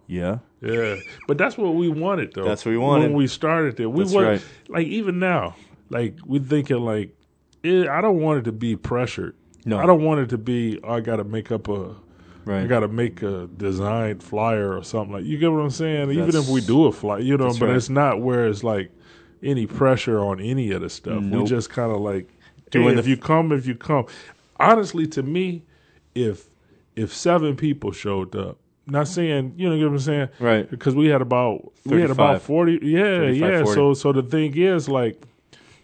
S1: "Yeah,
S2: Yeah, but that's what we wanted though.
S1: That's what we wanted.
S2: when we started there. We
S1: That's
S2: wanted
S1: right.
S2: like even now, like we're thinking like eh, I don't want it to be pressured.
S1: No.
S2: I don't want it to be. Oh, I got to make up a. I
S1: right."
S2: got to make a design flyer or something like. You get what I'm saying? even if
S1: That's-
S2: we do a flyer, you know,
S1: that's
S2: but
S1: right.
S2: it's not where it's like any pressure on any of the stuff.
S1: Nope.
S2: We just kind of like
S1: Doing
S2: doing.
S1: the-
S2: if you come, if you come. Honestly, to me, if if seven people showed up, not saying you know, you know what I'm saying,
S1: Right.
S2: Because we had about we had about
S1: 35.
S2: forty. Yeah,
S1: 35,
S2: yeah.
S1: 40.
S2: So so the thing is like,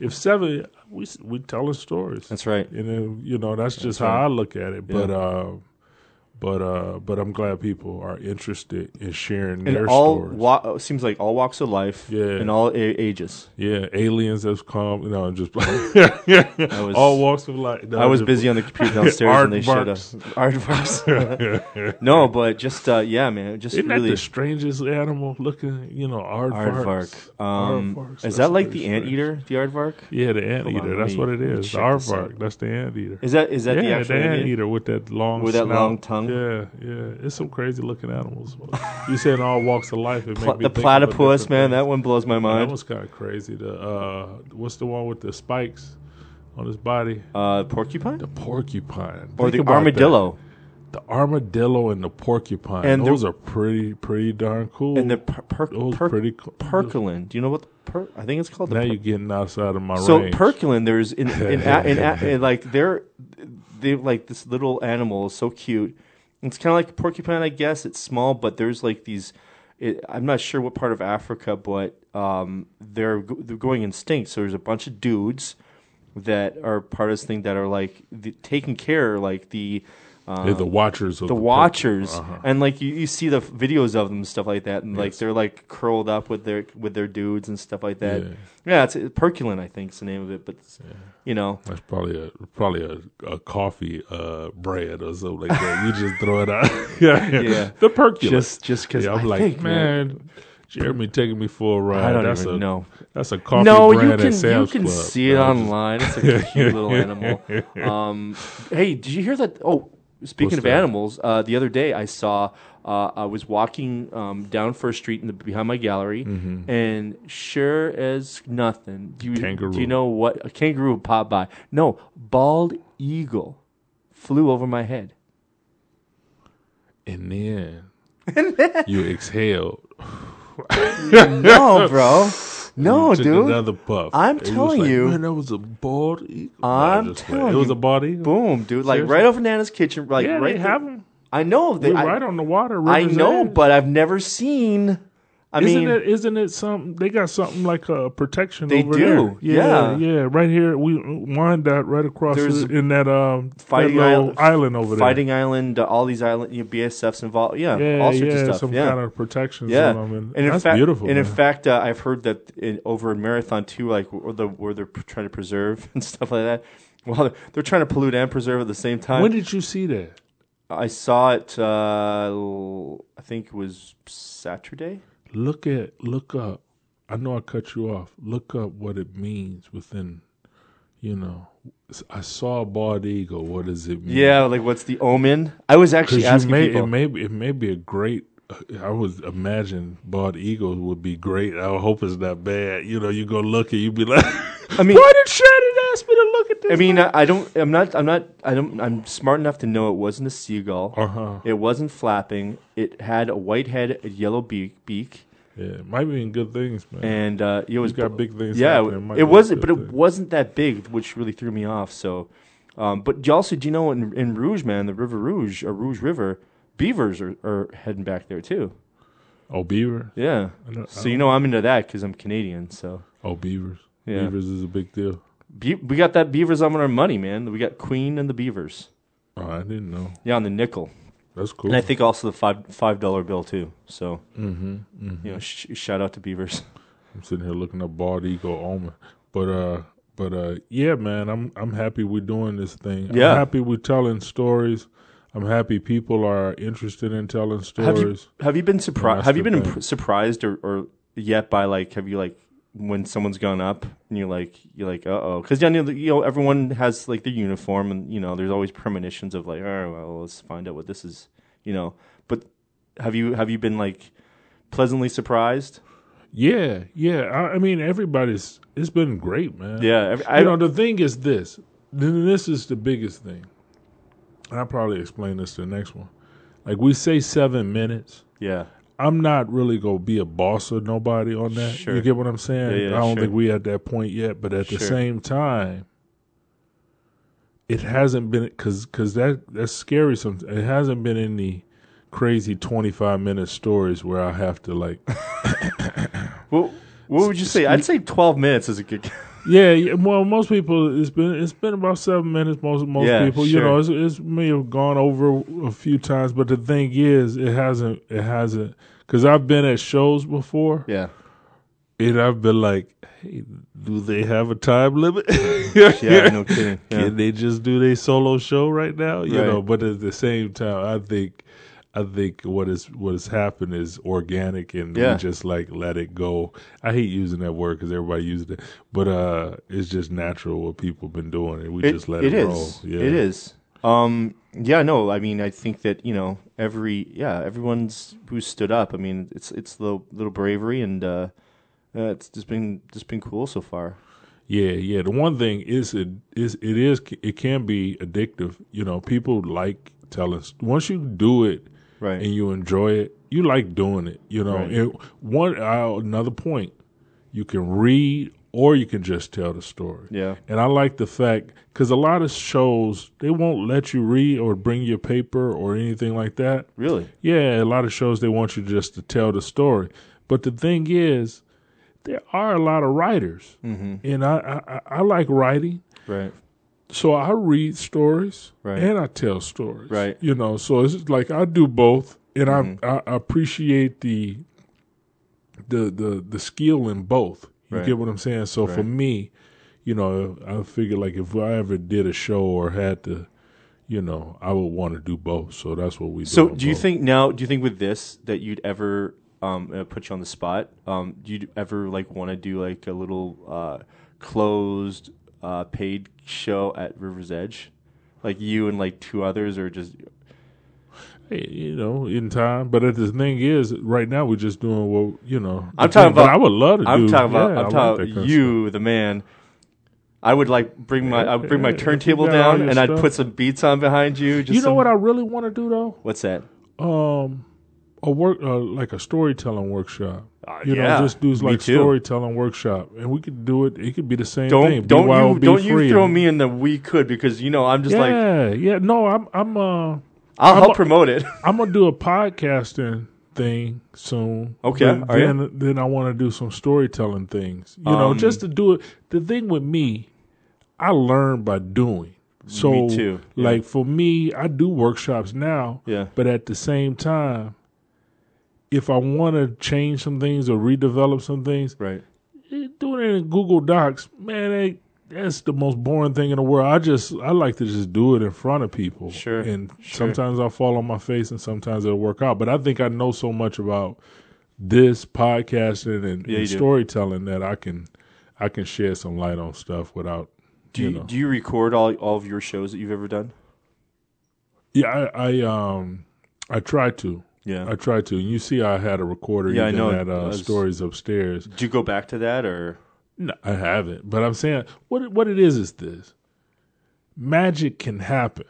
S2: if seven, we s- we telling stories.
S1: That's right.
S2: And then you know that's just how I look at it. But uh, But uh, but I'm glad people are interested in sharing
S1: in
S2: their
S1: all
S2: stories.
S1: wa- seems like all walks of life,
S2: Yeah.
S1: in all a- ages.
S2: yeah, aliens has come. No, I'm just
S1: was-
S2: all walks of life. No,
S1: I was
S2: just-
S1: busy on the computer downstairs
S2: Art
S1: and they showed us aardvarks. no, but just uh, yeah, man, just
S2: Isn't that
S1: really
S2: the strangest animal looking? You know, aardvark.
S1: aardvark. Um,
S2: Aardvarks,
S1: is
S2: that's
S1: that like
S2: pretty
S1: the
S2: strange.
S1: anteater, the aardvark?
S2: Yeah, the
S1: Hold on,
S2: anteater.
S1: let
S2: That's
S1: me-
S2: what
S1: let
S2: it
S1: me
S2: is. The
S1: check this out.
S2: aardvark. That's the anteater.
S1: Is that is that the
S2: yeah,
S1: actual anteater?
S2: anteater with that long
S1: With that
S2: snout.
S1: long tongue?
S2: Yeah, yeah. It's some crazy looking animals. you said all walks of life. It
S1: Pla-
S2: made me
S1: the
S2: think about
S1: platypus,
S2: different
S1: man,
S2: things.
S1: that one blows my
S2: That
S1: mind.
S2: was kind of crazy. The uh, what's the one with the spikes on his body?
S1: uh, porcupine
S2: The porcupine
S1: or
S2: Think
S1: the
S2: about that.
S1: armadillo,
S2: The armadillo and the porcupine.
S1: And
S2: those are pretty, pretty darn cool.
S1: and the per- per-
S2: those
S1: per-
S2: pretty cool.
S1: perculin. Do you know what? The per- I think it's called the
S2: now
S1: per-
S2: you're getting outside of my
S1: So
S2: range.
S1: Perculin, there's in in, a, in, a, in like they're they like this little animal is so cute. It's kind of like a porcupine, I guess. It's small, but there's like these. It, I'm not sure what part of Africa, but um, they're go- they're going extinct. So there's a bunch of dudes that are part of this thing that are like the, taking care, like the um,
S2: They're the watchers of
S1: the
S2: the
S1: watchers
S2: Uh-huh.
S1: and like you, you see the f- videos of them and stuff like that and like
S2: Yes.
S1: they're like curled up with their with their dudes and stuff like that yeah,
S2: Yeah.
S1: it's perculin i think is the name of it but it's- you know
S2: That's probably a probably a, a coffee uh, bread or something like that. You just throw it out. yeah,
S1: Yeah.
S2: The perculate.
S1: just just because
S2: yeah, I'm
S1: I
S2: like,
S1: think,
S2: man, Jeremy taking me for a ride.
S1: i don't
S2: that's
S1: even
S2: a,
S1: know
S2: That's a coffee
S1: no
S2: bread
S1: you
S2: at
S1: can you
S2: Sam's
S1: can
S2: Club.
S1: see it
S2: No, it's
S1: online it's a cute little animal um hey did you hear that oh speaking
S2: What's
S1: of
S2: that?
S1: animals uh the other day i saw uh, I was walking um, down First Street in the behind my gallery,
S2: Mm-hmm.
S1: and sure as nothing, do you,
S2: Kangaroo.
S1: do you know what a kangaroo popped by? No, bald eagle flew over my head.
S2: just- And then you exhaled.
S1: No, bro, no,
S2: You took
S1: Oh, dude.
S2: Another puff.
S1: I'm
S2: It was
S1: telling
S2: like,
S1: you-
S2: Man, that was a bald eagle. No,
S1: I'm
S2: just playing.
S1: telling
S2: It was
S1: you.
S2: a bald eagle.
S1: Boom, dude! Like
S2: Seriously?
S1: right over Nana's kitchen, like
S2: Yeah,
S1: right.
S2: they
S1: there.
S2: have them.
S1: I know. They,
S2: We're
S1: I,
S2: right on the water.
S1: I
S2: river's
S1: know,
S2: edge.
S1: but I've never seen. I
S2: isn't
S1: mean,
S2: it isn't it something they got something like a protection
S1: They
S2: over
S1: do,
S2: there
S1: yeah.
S2: yeah right here we wind that right across
S1: There's
S2: it in that um that
S1: Fighting
S2: little
S1: Isle-
S2: island over
S1: Fighting Island, uh, all these island, you know, BSFs involved. Yeah,
S2: there yeah
S1: all sorts
S2: yeah
S1: of stuff.
S2: some
S1: yeah.
S2: kind of protections
S1: yeah,
S2: on them and,
S1: in
S2: that's
S1: fact,
S2: beautiful
S1: And in
S2: man.
S1: fact, uh, I've heard that in, over in Marathon too, like where, the, where they're p- trying to preserve and stuff like that. Well, they're, they're trying to pollute and preserve at the same time.
S2: when did you see that
S1: I saw it. Uh, l- I think it was Saturday.
S2: look at look up I know I cut you off look up what it means within you know I saw a bald eagle what does it mean
S1: Yeah, like what's the omen? I was actually
S2: Because you
S1: asking
S2: may
S1: people.
S2: it may be- it may be a great. uh, I would imagine bald eagles would be great. I hope it's not bad. You know, you go look and you be like,
S1: I mean-
S2: why did Shannon ask me to look at this?
S1: I mean, I, I don't. I'm not. I'm not. I don't. I'm smart enough to know it wasn't a seagull.
S2: uh huh.
S1: It wasn't flapping. It had a white head, a yellow beak, beak,
S2: Yeah, might be in good things, man.
S1: and uh, it was
S2: He's got big things.
S1: Yeah,
S2: happening. might
S1: it,
S2: be a
S1: wasn't, but
S2: good
S1: it
S2: thing.
S1: wasn't that big, which really threw me off. So, um, but you also do you know in, in Rouge, man, the River Rouge or Rouge River, beavers are, are heading back there too.
S2: Oh, beaver.
S1: Yeah,
S2: I know-
S1: so you know I'm into that because I'm Canadian. So
S2: Oh, beavers.
S1: Yeah.
S2: Beavers is a big deal.
S1: Be- we got that beavers on our money, man. We got Queen and the Beavers.
S2: Oh, I didn't know.
S1: Yeah, on the nickel,
S2: That's cool.
S1: and I think also the five five dollar bill too. So
S2: mm-hmm, hmm
S1: you know, sh- shout out to Beavers.
S2: I'm sitting here looking up bald eagle omen, but uh, but uh, yeah, man, I'm I'm happy we're doing this thing.
S1: Yeah.
S2: I'm happy we're telling stories. I'm happy people are interested in telling
S1: Have
S2: stories.
S1: you have you been surprised?
S2: that's
S1: Have you
S2: the
S1: been
S2: thing.
S1: imp- surprised or, or yet by like have you like when someone's gone up and you're like you're like uh oh because you know, you know everyone has like their uniform and you know there's always premonitions of like oh well let's find out what this is you know but have you have you been like pleasantly surprised?
S2: yeah, yeah. I, I mean, everybody's. It's been great, man.
S1: Yeah, every, I
S2: you know, the thing is this. Then this is the biggest thing. And I'll probably explain this to the next one. Like we say seven minutes.
S1: yeah
S2: I'm not really gonna be a boss or nobody on that.
S1: Sure.
S2: You get what I'm saying?
S1: Yeah, yeah,
S2: I don't
S1: sure.
S2: think we at that point yet, but at the
S1: Sure.
S2: same time, it hasn't been because because that that's scary. Some it hasn't been any crazy 25 minute stories where I have to like
S1: What what would you say? I'd say twelve minutes is a good.
S2: Yeah, yeah, well, most people it's been it's been about seven minutes. Most most
S1: Yeah,
S2: people, you
S1: sure.
S2: know, it's, it's may have gone over a few times, but the thing is, it hasn't. It hasn't because I've been at shows before,
S1: Yeah.
S2: and I've been like, "Hey, do they have a time limit?
S1: Yeah, no kidding. Yeah.
S2: Can they just do their solo show right now? You
S1: Right.
S2: know, but at the same time, I think, I think what is what has happened is organic, and
S1: Yeah.
S2: we just like let it go. I hate using that word because everybody uses it, but uh, it's just natural what people been doing, and we just let it, roll.
S1: is. It is. Um, yeah, no, I mean, I think that you know every yeah everyone's who stood up. I mean, it's it's little little bravery and uh, uh, it's just been just been cool so far.
S2: Yeah, yeah. The one thing is it is it is it can be addictive. You know, people like telling once you do it
S1: Right.
S2: and you enjoy it, you like doing it. You know,
S1: Right.
S2: and one uh, another point, you can read or you can just tell the story.
S1: Yeah.
S2: And I like the fact because a lot of shows they won't let you read or bring your paper or anything like that.
S1: Really.
S2: Yeah, a lot of shows they want you just to tell the story. But the thing is, there are a lot of writers, mm-hmm. and I, I- I I like writing,
S1: Right.
S2: so I read stories
S1: Right.
S2: and I tell stories.
S1: Right. Mm-hmm.
S2: You know, so it's just like I do both, and I I appreciate the the the the skill in both. You
S1: Right.
S2: get what I'm saying? So for
S1: Right.
S2: me, you know, I figure like if I ever did a show or had to. You know, I would want to do both, so that's what we do.
S1: So,
S2: on
S1: do you
S2: both.
S1: think now? Do you think with this that you'd ever um, uh, put you on the spot? Um, do you ever like want to do like a little uh, closed uh, paid show at River's Edge, like you and like two others, or just
S2: Hey, you know, in time. But the thing is, right now we're just doing what you know.
S1: I'm
S2: the
S1: talking
S2: thing- but
S1: about-
S2: I would love to.
S1: I'm
S2: do,
S1: talking about
S2: yeah, I
S1: I'm
S2: like
S1: talking
S2: that kind
S1: about
S2: of
S1: you, the man. I would like bring my I would bring my
S2: Yeah, if you
S1: turntable
S2: got all
S1: down
S2: your
S1: and I'd
S2: stuff.
S1: put some beats on behind you. Just
S2: stuff. You know
S1: some-
S2: what I really want to do though?
S1: What's that?
S2: Um, a work uh, like a storytelling workshop.
S1: Uh,
S2: You
S1: yeah,
S2: know, just do
S1: me
S2: like
S1: too.
S2: storytelling workshop, and we could do it. It could be the same
S1: Don't
S2: thing.
S1: don't
S2: BYOB
S1: you don't
S2: free.
S1: you throw me in the we could because you know I'm just like
S2: Yeah, yeah. No, I'm I'm uh
S1: I'll
S2: I'm
S1: help
S2: a-
S1: promote it.
S2: I'm gonna do a podcasting thing soon.
S1: Okay,
S2: But
S1: are ya?
S2: then then I want to do some storytelling things. You know,
S1: Um,
S2: just to do it. The thing with me, I learn by doing. So,
S1: Me too, yeah.
S2: Like for me, I do workshops now.
S1: Yeah.
S2: But at the same time, if I want to change some things or redevelop some things,
S1: right.
S2: eh, doing it in Google Docs, man, they, that's the most boring thing in the world. I just I like to just do it in front of people.
S1: Sure,
S2: And
S1: sure.
S2: sometimes I'll fall on my face and sometimes it'll work out. But I think I know so much about this podcasting and,
S1: Yeah, you
S2: and
S1: do.
S2: storytelling that I can I can shed some light on stuff without
S1: Do you,
S2: you know.
S1: do you record all all of your shows that you've ever done?
S2: Yeah, I, I um I try to.
S1: Yeah.
S2: I try to. And you see I had a recorder
S1: Yeah, I
S2: even
S1: know.
S2: at
S1: I
S2: uh,
S1: was-
S2: stories upstairs.
S1: Do you go back to that or
S2: No, I haven't. But I'm saying what it, what it is is this: magic can happen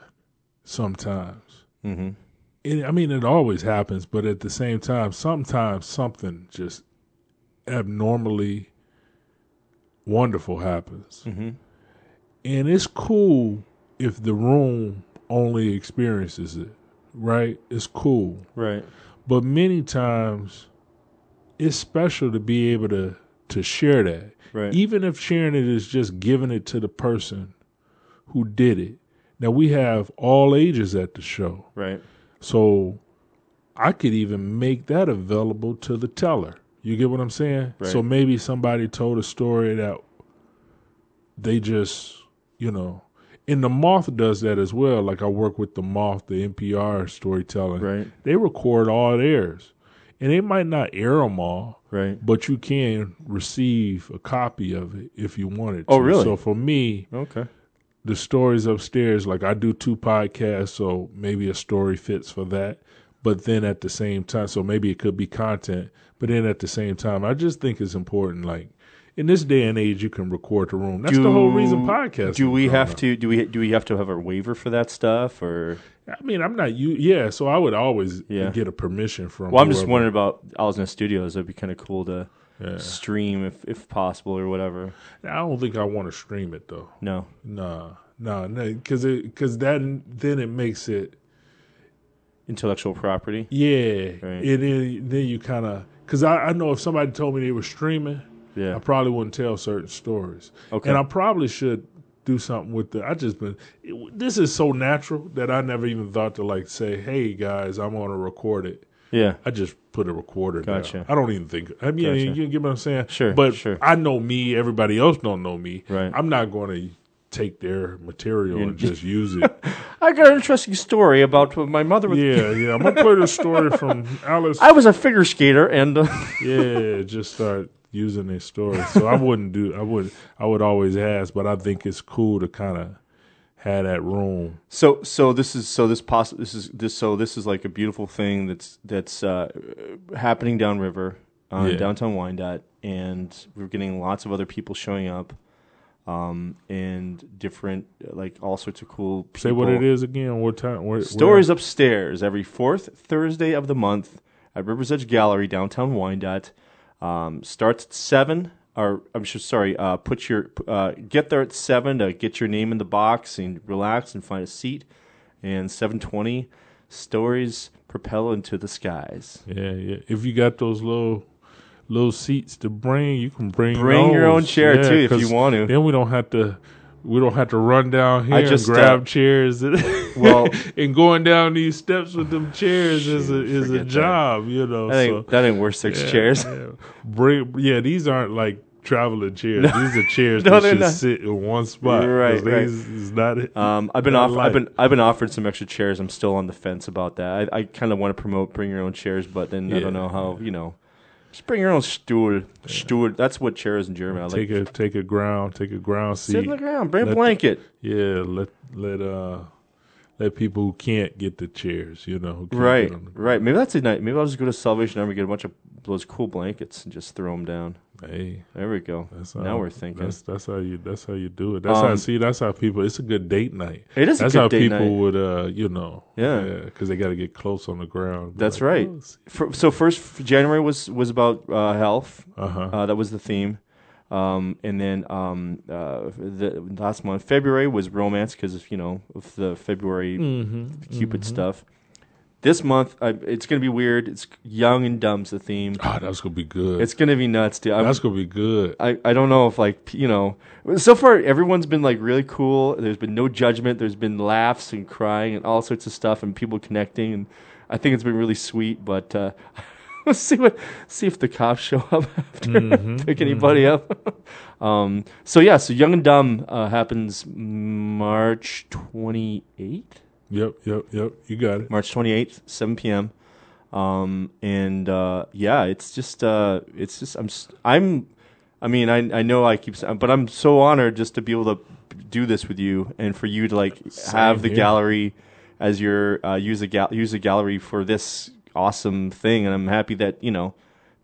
S2: sometimes.
S1: mm-hmm.
S2: It, I mean, it always happens, but at the same time, sometimes something just abnormally wonderful happens,
S1: Mm-hmm.
S2: and it's cool if the room only experiences it. Right? It's cool,
S1: right?
S2: but many times it's special to be able to to share that
S1: Right.
S2: even if sharing it is just giving it to the person who did it. Now we have all ages at the show,
S1: right.
S2: so I could even make that available to the teller. You get what I'm saying?
S1: Right.
S2: So maybe somebody told a story that they just, you know, and the Moth does that as well. Like I work with the Moth, the NPR storytelling.
S1: Right.
S2: They record all theirs, and they might not air them all,
S1: Right.
S2: but you can receive a copy of it if you wanted to.
S1: Oh, really?
S2: So for me,
S1: Okay.
S2: the stories upstairs, like I do two podcasts, so maybe a story fits for that. But then at the same time, so maybe it could be content. But then at the same time, I just think it's important. Like in this day and age, you can record the room. That's the whole reason podcasts.
S1: Do
S2: have
S1: we
S2: come
S1: have
S2: out.
S1: to do we do we have to have a waiver for that stuff or
S2: I mean, I'm not you. Yeah, so I would always
S1: Yeah.
S2: get a permission from.
S1: Well, I'm just
S2: whoever.
S1: wondering about Alzheimer's Studios. It'd be kind of cool to
S2: Yeah.
S1: stream if, if possible or whatever.
S2: I don't think I want to stream it though.
S1: No.
S2: Nah, nah, nah, because it because that then it makes it
S1: Intellectual property.
S2: yeah,
S1: Right.
S2: and then then you kind of because I, I know if somebody told me they were streaming,
S1: Yeah.
S2: I probably wouldn't tell certain stories.
S1: Okay.
S2: And I probably should do something with the. I just been. It, this is so natural that I never even thought to like say, "Hey guys, I'm gonna record it."
S1: Yeah.
S2: I just put a recorder.
S1: Gotcha.
S2: Down. I don't even think. I mean,
S1: Gotcha.
S2: you get what I'm saying?
S1: Sure,
S2: But
S1: sure.
S2: I know me. Everybody else don't know me.
S1: Right.
S2: I'm not going to take their material
S1: You-
S2: and just use it.
S1: I got an interesting story about my mother. With,
S2: yeah, yeah. I'm gonna put a story from Alice.
S1: I was a figure skater, and uh,
S2: yeah, just start using their story. So I wouldn't do. I would. I would always ask, but I think it's cool to kind of have that room.
S1: so so this is so this poss- this is this so this is like a beautiful thing that's that's uh, happening downriver on
S2: Yeah.
S1: downtown Wyandotte, and we're getting lots of other people showing up, um, and different like all sorts of cool. People.
S2: Say what it is again. What time? Where,
S1: Stories Upstairs every fourth Thursday of the month at Rivers Edge Gallery, downtown Wyandotte. Um, starts at seven. Or I'm sure. Sorry. Uh, put your uh, get there at seven to get your name in the box and relax and find a seat. And seven twenty, stories propel into the skies.
S2: Where, yeah, yeah. If you got those little little seats to bring, you can bring
S1: Bring your own
S2: those.
S1: chair,
S2: Yeah,
S1: too, if you
S2: 'cause
S1: want to.
S2: Then we don't have to. We don't have to run down here
S1: I just,
S2: and grab
S1: uh,
S2: chairs. And,
S1: Well,
S2: and going down these steps with them chairs is a,
S1: Shoot,
S2: is a
S1: forget that.
S2: job, you know.
S1: I think
S2: so.
S1: that ain't worth six chairs.
S2: Yeah. Bring, yeah, these aren't like traveling chairs. These are chairs
S1: No,
S2: that
S1: they're
S2: should
S1: not.
S2: sit in one spot. 'cause
S1: Right, right.
S2: These is not it.
S1: Um, I've been
S2: Yeah, I
S1: off,
S2: like-
S1: I've been I've been offered some extra chairs. I'm still on the fence about that. I, I kind of want to promote bring your own chairs, but then I
S2: Yeah.
S1: don't know how you know. Just bring your own stool. Stool. That's what chairs in German. I like.
S2: take a take a ground, take a ground seat.
S1: Sit on the ground. Bring a
S2: Let the-
S1: blanket.
S2: Yeah, let let uh let people who can't get the chairs, you know, who can't get
S1: Right.
S2: on
S1: Right. Maybe that's a night. Maybe I'll just go to Salvation Army get a bunch of those cool blankets and just throw them down.
S2: the- hey,
S1: There we go.
S2: that's how,
S1: now we're thinking.
S2: That's that's how you that's how you do it. That's how
S1: Um,
S2: see. That's how people. It's a good date night.
S1: it is a
S2: That's
S1: good
S2: how
S1: date
S2: people
S1: night.
S2: would uh you know
S1: Yeah.
S2: because they got to get close on the ground. "Oh,
S1: That's right. Fir- so first f- January was was about uh, health.
S2: Uh huh.
S1: Uh, that was the theme. Um, and then um, uh, the last month, February was romance because of you know of the February Cupid stuff. This month, I, it's gonna be weird. It's young and dumb's the theme.
S2: Ah, that's gonna be good.
S1: It's gonna be nuts, dude. I'm,
S2: that's gonna be good.
S1: I I don't know if like you know. So far, everyone's been like really cool. There's been no judgment. There's been laughs and crying and all sorts of stuff and people connecting. And I think it's been really sweet. But uh, let's see what see if the cops show up after pick anybody up. um. So yeah. So Young and Dumb uh, happens March 28th.
S2: Yep, yep, yep. You got it.
S1: March 28th, 7 p.m. Um, and uh, yeah, it's just uh, it's just I'm s- I'm I mean I I know I keep s- but I'm so honored just to be able to do this with you and for you to like have the
S2: here.
S1: gallery as your uh, use the gal- use the gallery for this awesome thing and I'm happy that you know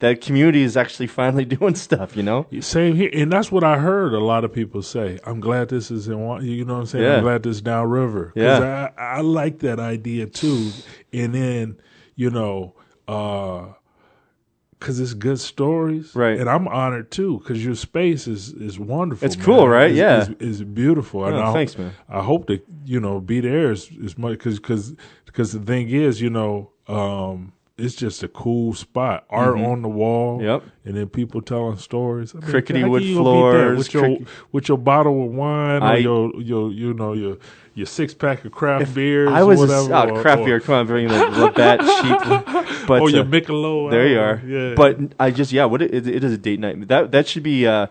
S1: that community is actually finally doing stuff you know
S2: Same here, and that's what I heard a lot of people say. I'm glad this is in, Wa- you know what I'm saying.
S1: Yeah.
S2: I'm glad this downriver. 'Cause
S1: Yeah.
S2: I, I like that idea too. And then you know, uh, cause it's good stories,
S1: Right.
S2: And I'm honored too, cause your space is is wonderful.
S1: It's cool, right?
S2: It's-
S1: Yeah.
S2: it's- it's, beautiful. And
S1: Oh,
S2: I-
S1: thanks, man.
S2: I hope that you know be there as, as much because because the thing is you know um it's just a cool spot art on the wall
S1: Mm-hmm. Yep.
S2: and then people telling stories I mean,
S1: Crickety
S2: how
S1: wood
S2: you gonna beat that
S1: floors,
S2: with your
S1: crick-
S2: with your bottle of wine
S1: I-
S2: or your your you know your your six pack of craft beers
S1: I was
S2: or
S1: a,
S2: whatever,
S1: oh,
S2: or,
S1: crap
S2: or,
S1: beer come on bring the, the bat sheep but
S2: or your
S1: uh,
S2: Michelob
S1: There you
S2: uh,
S1: are.
S2: yeah
S1: But I just yeah, what it, it is a date night. That that should be uh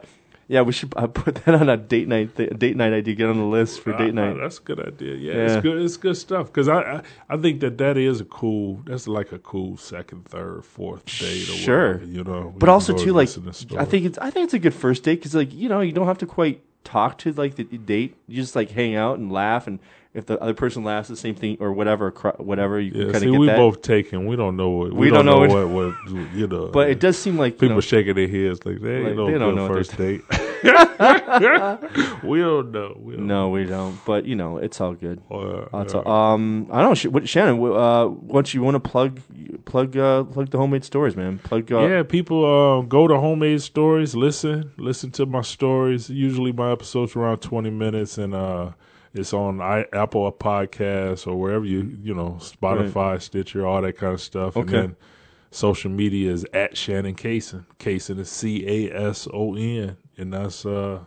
S1: yeah, we should uh, put that on a date night th- date night idea get on the list for
S2: Ah,
S1: date night.
S2: that's a good idea. Yeah,
S1: Yeah.
S2: it's good. It's good stuff because I, I I think that that is a cool. That's like a cool second, third, fourth date. Or
S1: Sure.
S2: whatever, you know.
S1: but
S2: You
S1: also
S2: can go
S1: too
S2: and
S1: like
S2: listen to
S1: I
S2: stories.
S1: think it's I think it's a good first date cuz like you know, you don't have to quite talk to like the date. You just like hang out and laugh and if the other person laughs the same thing or whatever cr- whatever you
S2: Yeah,
S1: can kind
S2: see,
S1: of get
S2: we
S1: that.
S2: both taken. We don't know what. We,
S1: don't
S2: don't,
S1: know
S2: know what, what. You know.
S1: but it does seem like you
S2: People
S1: know,
S2: shaking their heads like they ain't
S1: Like,
S2: no
S1: they don't
S2: good
S1: know what
S2: first date. we don't know. We don't
S1: no, we don't. But you know, it's all good.
S2: know. Uh,
S1: That's
S2: uh,
S1: all. Um, I don't know. Sh- What, Shannon, wh- uh, what you want to plug, plug, uh, plug the homemade stories, man. Plug, uh,
S2: yeah, people uh, go to homemade stories. Listen, listen to my stories. Usually, my episodes are around twenty minutes, and uh, it's on I, Apple Podcasts or wherever you you know Spotify, Stitcher, all that kind of stuff. And
S1: Okay.
S2: then Social media is at Shannon Cason. Cason is C A S O N, and that's uh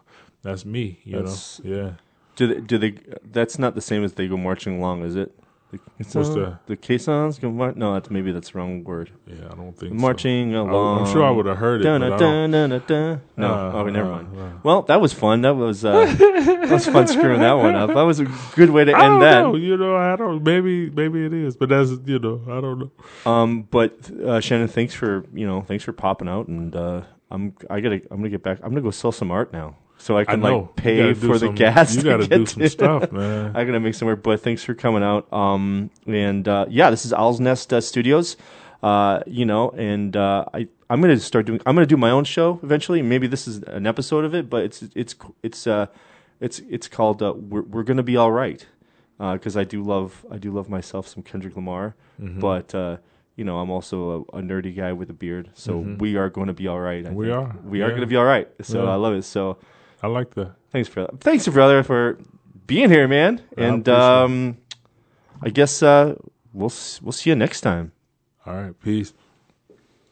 S2: that's me. You
S1: That's-
S2: know, yeah.
S1: Do they, do they? That's not the same as they go marching along, is it? The, it's
S2: What's
S1: uh,
S2: that?
S1: The caissons go mar- No, that's maybe that's the wrong word.
S2: Yeah, I don't think so.
S1: Marching
S2: I,
S1: along.
S2: am sure I would have heard it.
S1: Dun,
S2: but I
S1: dun, dun,
S2: don't-
S1: dun, dun. No,
S2: Uh,
S1: okay, never
S2: uh,
S1: mind.
S2: uh.
S1: Well, that was fun. That was uh, that was fun screwing that one up. That was a good way to
S2: I don't
S1: end that.
S2: know. You know, I don't. Maybe, maybe it is, but that's you know, I don't know.
S1: Um, but uh, Shannon, thanks for you know, thanks for popping out, and uh, I'm I gotta I'm gonna get back. I'm gonna go sell some art now, so I
S2: I
S1: can
S2: know. You
S1: like pay
S2: gotta do
S1: for the
S2: some-
S1: gas.
S2: You
S1: to
S2: got to
S1: get
S2: do some
S1: to-
S2: stuff, man.
S1: I gotta make some work, but thanks for coming out. Um, and uh, yeah, this is Owl's Nest uh, Studios. Uh, you know, and uh, I I'm gonna start doing. I'm gonna do my own show eventually. Maybe this is an episode of it, but it's it's it's uh it's it's called uh, we're we're gonna be all right because I do love I do love myself some Kendrick Lamar,
S2: Mm-hmm.
S1: but uh, you know I'm also a, a nerdy guy with a beard, so we are going to be all right. I
S2: Mm-hmm. We
S1: think.
S2: are.
S1: we are
S2: Yeah.
S1: going to be all right. So
S2: Yeah.
S1: I love it. So
S2: I like that.
S1: thanks for thanks brother for being here man
S2: Yeah, I
S1: and
S2: appreciate it.
S1: um i guess uh we'll s- we'll see you next time
S2: All right, peace.